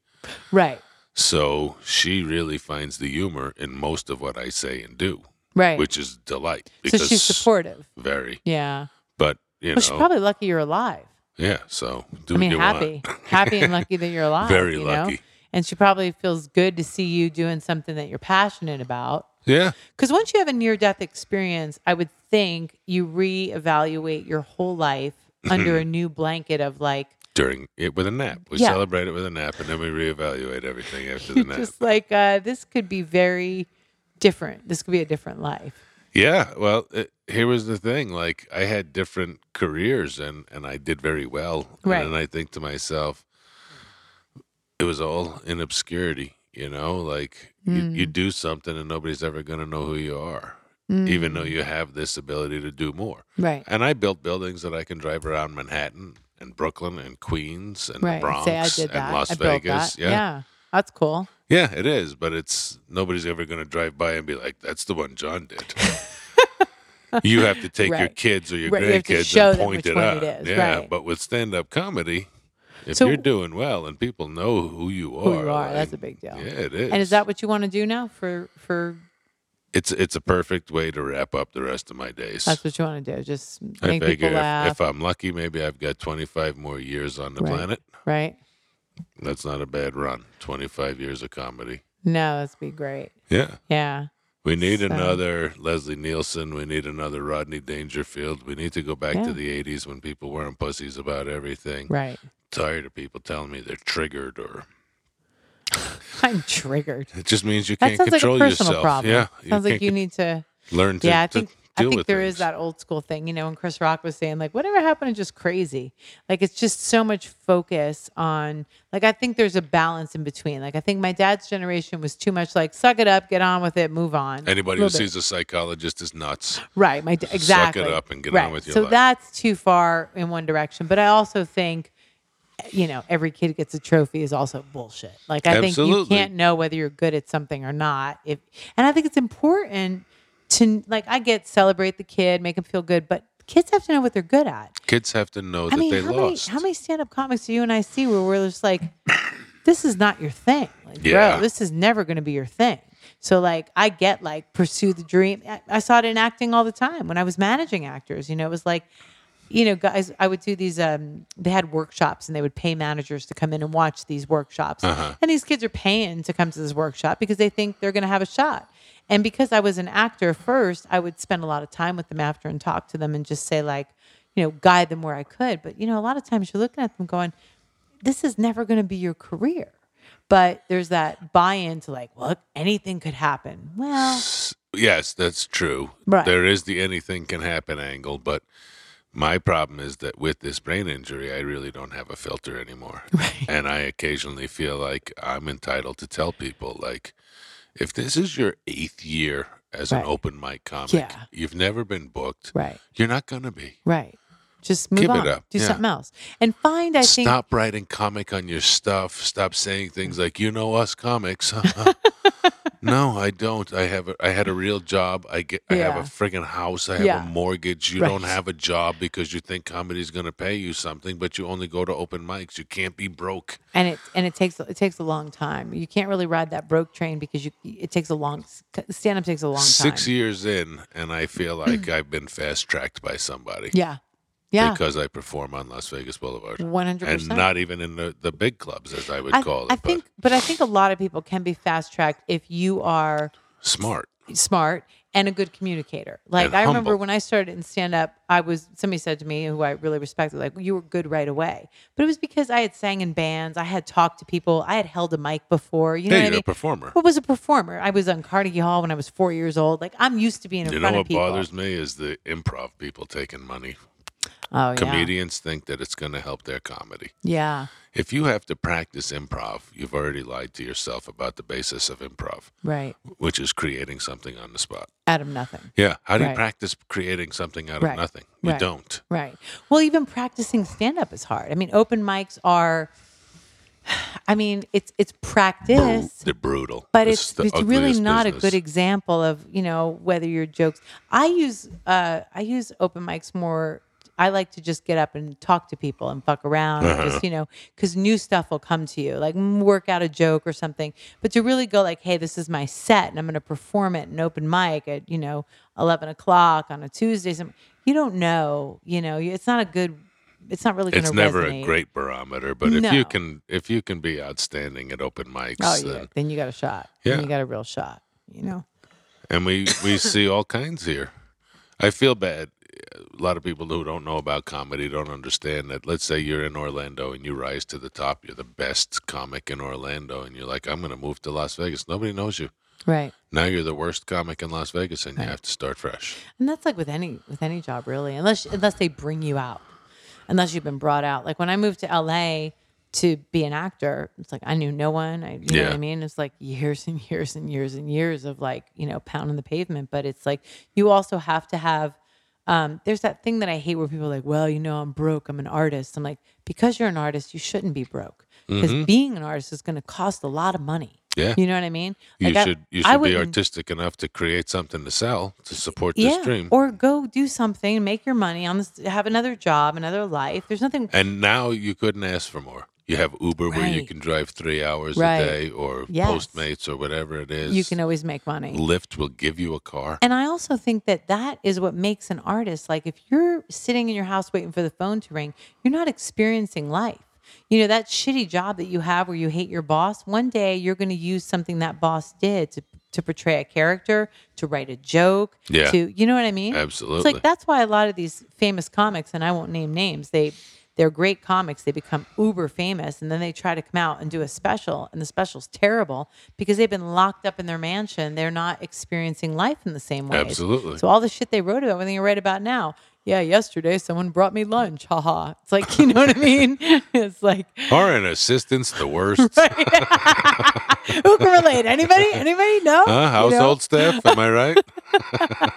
S1: right,
S4: so she really finds the humor in most of what i say and do
S1: right.
S4: which is delight
S1: so she's supportive.
S4: very
S1: Yeah.
S4: but you
S1: Well, she's
S4: know
S1: probably lucky you're alive.
S4: yeah so do
S1: I mean,
S4: what you
S1: happy,
S4: want
S1: happy and lucky that you're alive.
S4: Very
S1: you know?
S4: lucky.
S1: And she probably feels good to see you doing something that you're passionate about.
S4: yeah
S1: Because once you have a near death experience, I would think you reevaluate your whole life under a new blanket of like,
S4: during it with a nap we
S1: Yeah.
S4: celebrate it with a nap and then we reevaluate everything after the
S1: you're
S4: nap
S1: just like, uh, this could be very different. This could be a different life.
S4: Yeah, well, it, here was the thing: like I had different careers, and and I did very well.
S1: Right.
S4: And then I think to myself, it was all in obscurity. You know, like you, you
S1: Mm.
S4: do something, and nobody's ever going to know who you are, even
S1: Mm.
S4: though you have this ability to do more.
S1: Right.
S4: And I built buildings that I can drive around Manhattan and Brooklyn and Queens and
S1: Right.
S4: the Bronx
S1: Say I did that.
S4: and Las
S1: I built
S4: Vegas.
S1: that. yeah. That's cool.
S4: Yeah, it is, but it's nobody's ever going to drive by and be like, "That's the one John did." you have to take your
S1: Right.
S4: kids or your
S1: Right, you have to
S4: grandkids
S1: show
S4: and
S1: them
S4: point
S1: which
S4: it
S1: one
S4: out.
S1: it is,
S4: Yeah,
S1: right.
S4: but with stand-up comedy, if
S1: So-
S4: you're doing well and people know who you are,
S1: Who you are.
S4: like,
S1: That's a big deal.
S4: yeah, it is.
S1: And is that what you want to do now for, for,
S4: it's it's a perfect way to wrap up the rest of my days.
S1: that's what you want to do? Just
S4: I
S1: make
S4: figure
S1: people
S4: if,
S1: laugh.
S4: if I'm lucky, maybe I've got 25 more years on the
S1: Right.
S4: planet.
S1: right.
S4: That's not a bad run. 25 years of comedy.
S1: No, that'd be great.
S4: Yeah.
S1: Yeah.
S4: We need
S1: So-
S4: another Leslie Nielsen. We need another Rodney Dangerfield. We need to go back
S1: Yeah.
S4: to the 80s when people weren't pussies about everything.
S1: Right.
S4: Tired of people telling me they're triggered or
S1: I'm triggered.
S4: it just means you
S1: That
S4: can't
S1: sounds like a
S4: control
S1: personal
S4: yourself.
S1: problem.
S4: Yeah.
S1: sounds like
S4: can't
S1: you
S4: con-
S1: need to.
S4: learn to,
S1: yeah, I
S4: to
S1: think I
S4: deal
S1: think
S4: with
S1: there is
S4: things.
S1: that old school thing, you know, when Chris Rock was saying like, whatever happened to just crazy? Like it's just so much focus on like I think there's a balance in between. Like I think my dad's generation was too much like suck it up, get on with it, move on.
S4: Anybody
S1: Little
S4: who
S1: bit.
S4: sees a psychologist is nuts.
S1: Right. My d- exactly.
S4: up and get on
S1: right.
S4: with your
S1: So
S4: life.
S1: that's too far in one direction. But I also think, you know, every kid gets a trophy is also bullshit. Like I think
S4: Absolutely.
S1: you can't know whether you're good at something or not. If and I think it's important to like I get celebrate the kid, make him feel good, but kids have to know what they're good at.
S4: Kids have to know
S1: I
S4: that
S1: mean,
S4: they
S1: how
S4: lost.
S1: many how many stand up comics do you and I see where we're just like, this is not your thing, like,
S4: Yeah.
S1: bro, this is never going to be your thing. So like, I get like pursue the dream. I, I saw it in acting all the time when I was managing actors. You know, it was like you know, guys, I would do these. Um, they had workshops, and they would pay managers to come in and watch these workshops. And these kids are paying to come to this workshop because they think they're going to have a shot. And because I was an actor first, I would spend a lot of time with them after and talk to them and just say like, you know, guide them where I could. But you know, a lot of times you're looking at them going, "This is never going to be your career." But there's that buy-in to like, look, anything could happen. Well,
S4: Yes, that's true.
S1: Right.
S4: There is the anything can happen angle, but my problem is that with this brain injury, I really don't have a filter anymore. And I occasionally feel like I'm entitled to tell people, like, if this is your eighth year as
S1: Right.
S4: an open mic comic,
S1: Yeah.
S4: you've never been booked,
S1: right,
S4: you're not going to be.
S1: right. Just move
S4: Give it
S1: on.
S4: up,
S1: Do
S4: yeah.
S1: something else, and find. I think
S4: Stop writing comic on your stuff. Stop saying things like "you know us comics." no, I don't. I have. A, I had a real job. I get. I have
S1: Yeah.
S4: a friggin' house. I have
S1: Yeah.
S4: a mortgage. You don't
S1: Right.
S4: have a job because you think comedy's going to pay you something, but you only go to open mics. You can't be broke.
S1: and it and it takes it takes a long time. You can't really ride that broke train because you it takes a long stand up takes a long time.
S4: Six years in, and I feel like I've been fast tracked by somebody
S1: Yeah, yeah,
S4: because I perform on Las Vegas Boulevard.
S1: one hundred
S4: And
S1: percent.
S4: not even in the, the big clubs, as I would
S1: I,
S4: call it,
S1: I
S4: but
S1: think, but I think a lot of people can be fast tracked if you are
S4: smart.
S1: smart and a good communicator. Like
S4: And
S1: I remember
S4: humble.
S1: when I started in stand up, I was somebody said to me who I really respected, like you were good right away. But it was because I had sang in bands, I had talked to people, I had held a mic before. You know
S4: hey,
S1: what I
S4: you're
S1: mean?
S4: a performer.
S1: What was a performer? I was on Carnegie Hall when I was four years old. Like I'm used to being in
S4: You know
S1: front
S4: what
S1: of people.
S4: bothers me is the improv people taking money.
S1: oh, yeah.
S4: Comedians think that it's going to help their comedy.
S1: Yeah.
S4: If you have to practice improv, you've already lied to yourself about the basis of improv,
S1: Right.
S4: which is creating something on the spot.
S1: Out of nothing.
S4: Yeah. How do
S1: Right.
S4: you practice creating something out
S1: Right.
S4: of nothing? You
S1: Right.
S4: don't.
S1: Right. Well, even practicing stand up is hard. I mean, open mics are I mean, it's it's practice.
S4: They're brutal.
S1: but
S4: It's
S1: it's
S4: the
S1: it's, really
S4: ugliest
S1: not a
S4: business.
S1: good e-, example of you know whether your jokes. I use uh, I use open mics more. I like to just get up and talk to people and fuck around, or
S4: Uh-huh.
S1: just you know, because new stuff will come to you, like mm, work out a joke or something. But to really go like, hey, this is my set, and I'm going to perform it in open mic at you know 11 o'clock on a Tuesday. Some you don't know, you know, it's not a good. It's not really.
S4: It's
S1: gonna
S4: never
S1: resonate.
S4: a great barometer, but if
S1: No.
S4: you can if you can be outstanding at open mics,
S1: Oh yeah,
S4: then-
S1: then you got a shot.
S4: Yeah.
S1: Then you got a real shot. You know.
S4: and we we see all kinds here. I feel bad. A lot of people who don't know about comedy don't understand that. Let's say you're in Orlando and you rise to the top. You're the best comic in Orlando, and you're like, I'm going to move to Las Vegas. Nobody knows you.
S1: Right.
S4: Now you're the worst comic in Las Vegas, and you have to start fresh.
S1: And that's like with any with any job really, unless unless they bring you out, unless you've been brought out. Like when I moved to LA to be an actor, it's like I knew no one. I, you know what I
S4: Yeah.
S1: mean? It's like years and years and years and years of like you know pounding the pavement. But it's like you also have to have. Um, there's that thing that I hate where people are like, well, you know, I'm broke. I'm an artist. I'm like, because you're an artist, you shouldn't be broke. Because being an artist is going to cost a lot of money.
S4: Mm-hmm. Yeah.
S1: You know what I mean?
S4: You
S1: Like, I-
S4: should you
S1: I
S4: should be
S1: wouldn't-
S4: artistic enough to create something to sell to support
S1: yeah,
S4: this dream.
S1: or go do something, make your money on this, have another job, another life. There's nothing.
S4: And now you couldn't ask for more. You have Uber where you
S1: Right.
S4: can drive three hours
S1: Right.
S4: a day, or
S1: Yes.
S4: Postmates, or whatever it is.
S1: You can always make money.
S4: Lyft will give you a car.
S1: And I also think that that is what makes an artist. Like if you're sitting in your house waiting for the phone to ring, you're not experiencing life. You know, that shitty job that you have where you hate your boss, one day you're going to use something that boss did to, to portray a character, to write a joke,
S4: Yeah.
S1: to, you know what I mean? It's
S4: Absolutely.
S1: like that's why a lot of these famous comics, and I won't name names, they they're great comics. They become uber famous, and then they try to come out and do a special, and the special's terrible because they've been locked up in their mansion. They're not experiencing life in the same way.
S4: Absolutely.
S1: So all the shit they wrote about, everything you write about now. Yeah, yesterday someone brought me lunch. Ha ha. It's like you know what I mean. It's like
S4: Or an assistant's the worst.
S1: who can relate? Anybody? Anybody? No. You know?
S4: Huh? Uh, Household staff, am I right?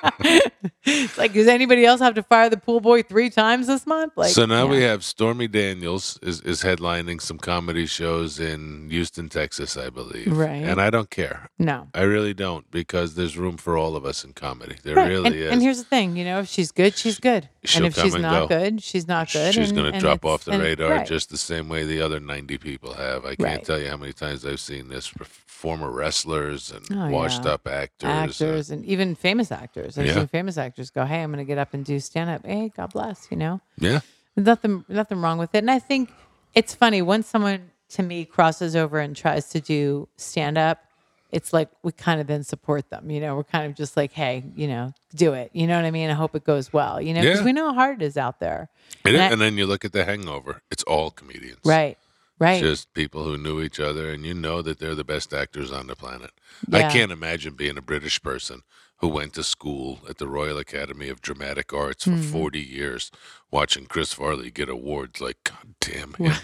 S1: It's like does anybody else have to fire the pool boy three times this month? Like
S4: so now
S1: yeah.
S4: we have Stormy Daniels is, is headlining some comedy shows in Houston, Texas, I believe.
S1: Right.
S4: And I don't care.
S1: no.
S4: I really don't because there's room for all of us in comedy. There
S1: Right.
S4: really
S1: and,
S4: is.
S1: and here's the thing, you know, if she's good, she's good.
S4: She'll
S1: and if
S4: come
S1: she's
S4: and
S1: not
S4: go.
S1: good, she's not good.
S4: She's
S1: and-
S4: going to
S1: and
S4: drop
S1: it's-
S4: off the
S1: and-
S4: radar
S1: right.
S4: just the same way the other 90 people have. I can't
S1: Right.
S4: tell you how many times I've seen this perf- former wrestlers and
S1: Oh,
S4: washed
S1: yeah.
S4: up actors. and-
S1: actors and even famous actors. I've
S4: Yeah.
S1: seen famous actors go, "Hey, I'm going to get up and do stand up." Hey, God bless, you know.
S4: yeah.
S1: Nothing, nothing wrong with it. And I think it's funny once someone to me crosses over and tries to do stand up, it's like we kind of then support them. You know, we're kind of just like, "Hey, you know, do it." You know what I mean? I hope it goes well. You know, because
S4: Yeah.
S1: we know how hard it is out there.
S4: And,
S1: And I-
S4: and then you look at the hangover, it's all comedians.
S1: Right. Right.
S4: Just people who knew each other, and you know that they're the best actors on the planet. I
S1: Yeah.
S4: can't imagine being a British person who went to school at the Royal Academy of Dramatic Arts for
S1: Hmm.
S4: 40 years watching Chris Farley get awards. Like, God damn him.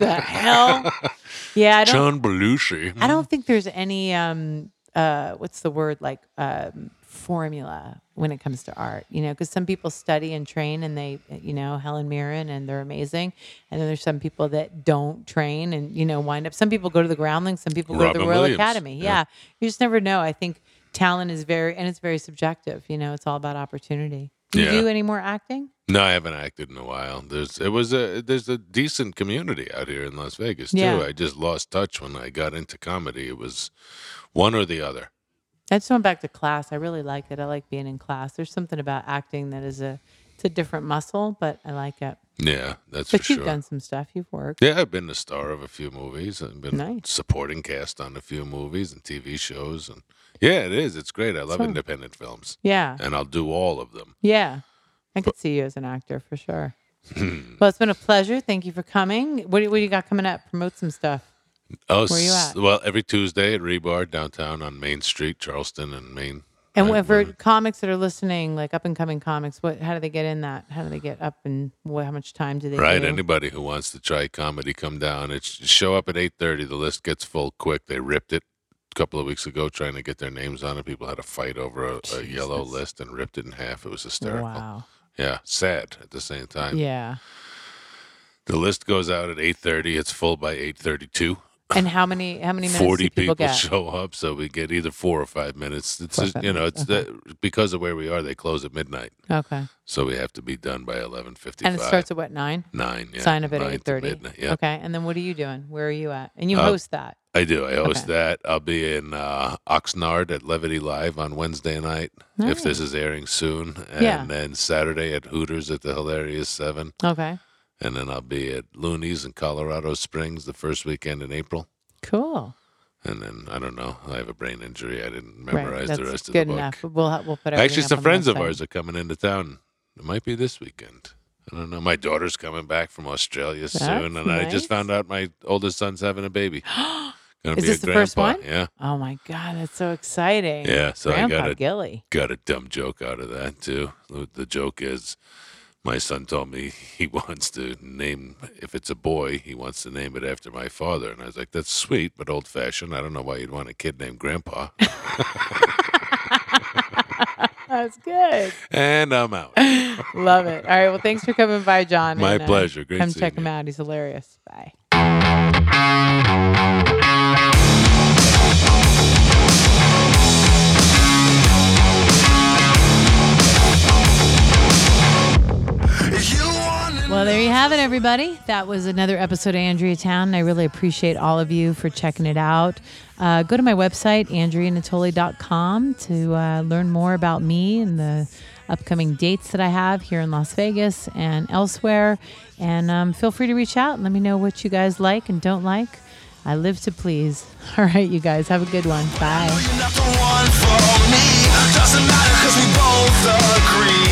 S1: the hell. Yeah, I don't.
S4: John Belushi.
S1: I don't think there's any um uh what's the word like um formula when it comes to art, you know, because some people study and train and they you know, Helen Mirren and they're amazing. And then there's some people that don't train and, you know, wind up some people go to the groundling, some people go to the
S4: Robin
S1: Royal
S4: Williams,
S1: Academy.
S4: yeah.
S1: Yeah. You just never know. I think talent is very and it's very subjective, you know, it's all about opportunity. Do you
S4: Yeah.
S1: do any more acting?
S4: No, I haven't acted in a while. There's it was a there's a decent community out here in Las Vegas too.
S1: Yeah.
S4: I just lost touch when I got into comedy. It was one or the other.
S1: I just went back to class. I really like it. I like being in class. There's something about acting that is a it's a different muscle, but I like it.
S4: Yeah, that's
S1: But
S4: for
S1: you've
S4: sure.
S1: done some stuff. You've worked.
S4: Yeah, I've been the star of a few movies. I've been
S1: Nice.
S4: supporting cast on a few movies and TV shows, and yeah, it is. It's great. I love
S1: Fun.
S4: independent films,
S1: Yeah.
S4: and I'll do all of them.
S1: Yeah. I could see you as an actor for sure.
S4: Hmm.
S1: well, it's been a pleasure. Thank you for coming. What do, what do you got coming up? Promote some stuff.
S4: Oh,
S1: Where you
S4: s-
S1: at?
S4: well, every Tuesday at Rebar downtown on Main Street, Charleston and Main.
S1: And
S4: Right,
S1: what- for comics that are listening, like up and coming comics, what? How do they get in that? How do they get up and what, how much time do they?
S4: Right.
S1: do?
S4: Anybody who wants to try comedy, come down. It's show up at eight thirty. The list gets full quick. They ripped it a couple of weeks ago trying to get their names on it. People had a fight over a, a yellow
S1: Jesus.
S4: list and ripped it in half. It was hysterical.
S1: Wow.
S4: Yeah, sad at the same time.
S1: Yeah.
S4: The list goes out at eight thirty. It's full by eight thirty-two.
S1: And how many? How many minutes
S4: Forty
S1: do people,
S4: people,
S1: get?
S4: show up, so we get either four or five minutes. It's
S1: Four or
S4: just-
S1: five
S4: you know,
S1: minutes,
S4: it's the, because of where we are. They close at midnight,
S1: Okay.
S4: so we have to be done by eleven fifty-five.
S1: And it starts at what nine?
S4: nine. Yeah,
S1: Sign up at
S4: nine to
S1: eight thirty.
S4: midnight, Yeah.
S1: Okay. And then what are you doing? Where are you at? And you
S4: Uh,
S1: host that.
S4: I do. I host
S1: Okay.
S4: that. I'll be in uh, Oxnard at Levity Live on Wednesday night if this is airing soon, and
S1: Yeah.
S4: then Saturday at Hooters at the Hilarious Seven,
S1: Okay.
S4: and then I'll be at Looney's in Colorado Springs the first weekend in April.
S1: Cool.
S4: And then I don't know. I have a brain injury. I didn't
S1: Right,
S4: memorize the
S1: that's
S4: rest of
S1: good
S4: the book.
S1: enough. We'll ha- we'll put everything
S4: Actually,
S1: up
S4: some
S1: on the
S4: friends of
S1: website.
S4: ours are coming into town. It might be this weekend. I don't know. My daughter's coming back from Australia soon, and I
S1: nice.
S4: just found out my oldest son's having a baby. Gonna
S1: Is
S4: be
S1: this
S4: a
S1: the first
S4: grandpa.
S1: one?
S4: Yeah.
S1: Oh my god, that's so exciting!
S4: Yeah, so I
S1: Grandpa
S4: gotta-
S1: Gilly.
S4: got a dumb joke out of that too. The- The joke is my son told me he wants to name if it's a boy, he wants to name it after my father. And I was like, That's sweet, but old fashioned. I don't know why you'd want a kid named grandpa.
S1: That's good.
S4: and I'm out.
S1: Love it. All right. Well, thanks for coming by, John.
S4: My
S1: and, uh,
S4: pleasure. Great
S1: Come
S4: seeing
S1: check him
S4: you.
S1: out. He's hilarious. Bye.
S3: You wanna
S1: Well, there you have it, everybody. That was another episode of Andrea Town. and I really appreciate all of you for checking it out. Uh, go to my website, andreanatoli.com, to uh, learn more about me and the upcoming dates that I have here in Las Vegas and elsewhere. And um, feel free to reach out and let me know what you guys like and don't like. I live to please. All right, you guys, have a good one. Bye.
S3: You're not the one for me. Doesn't matter 'cause we both agree.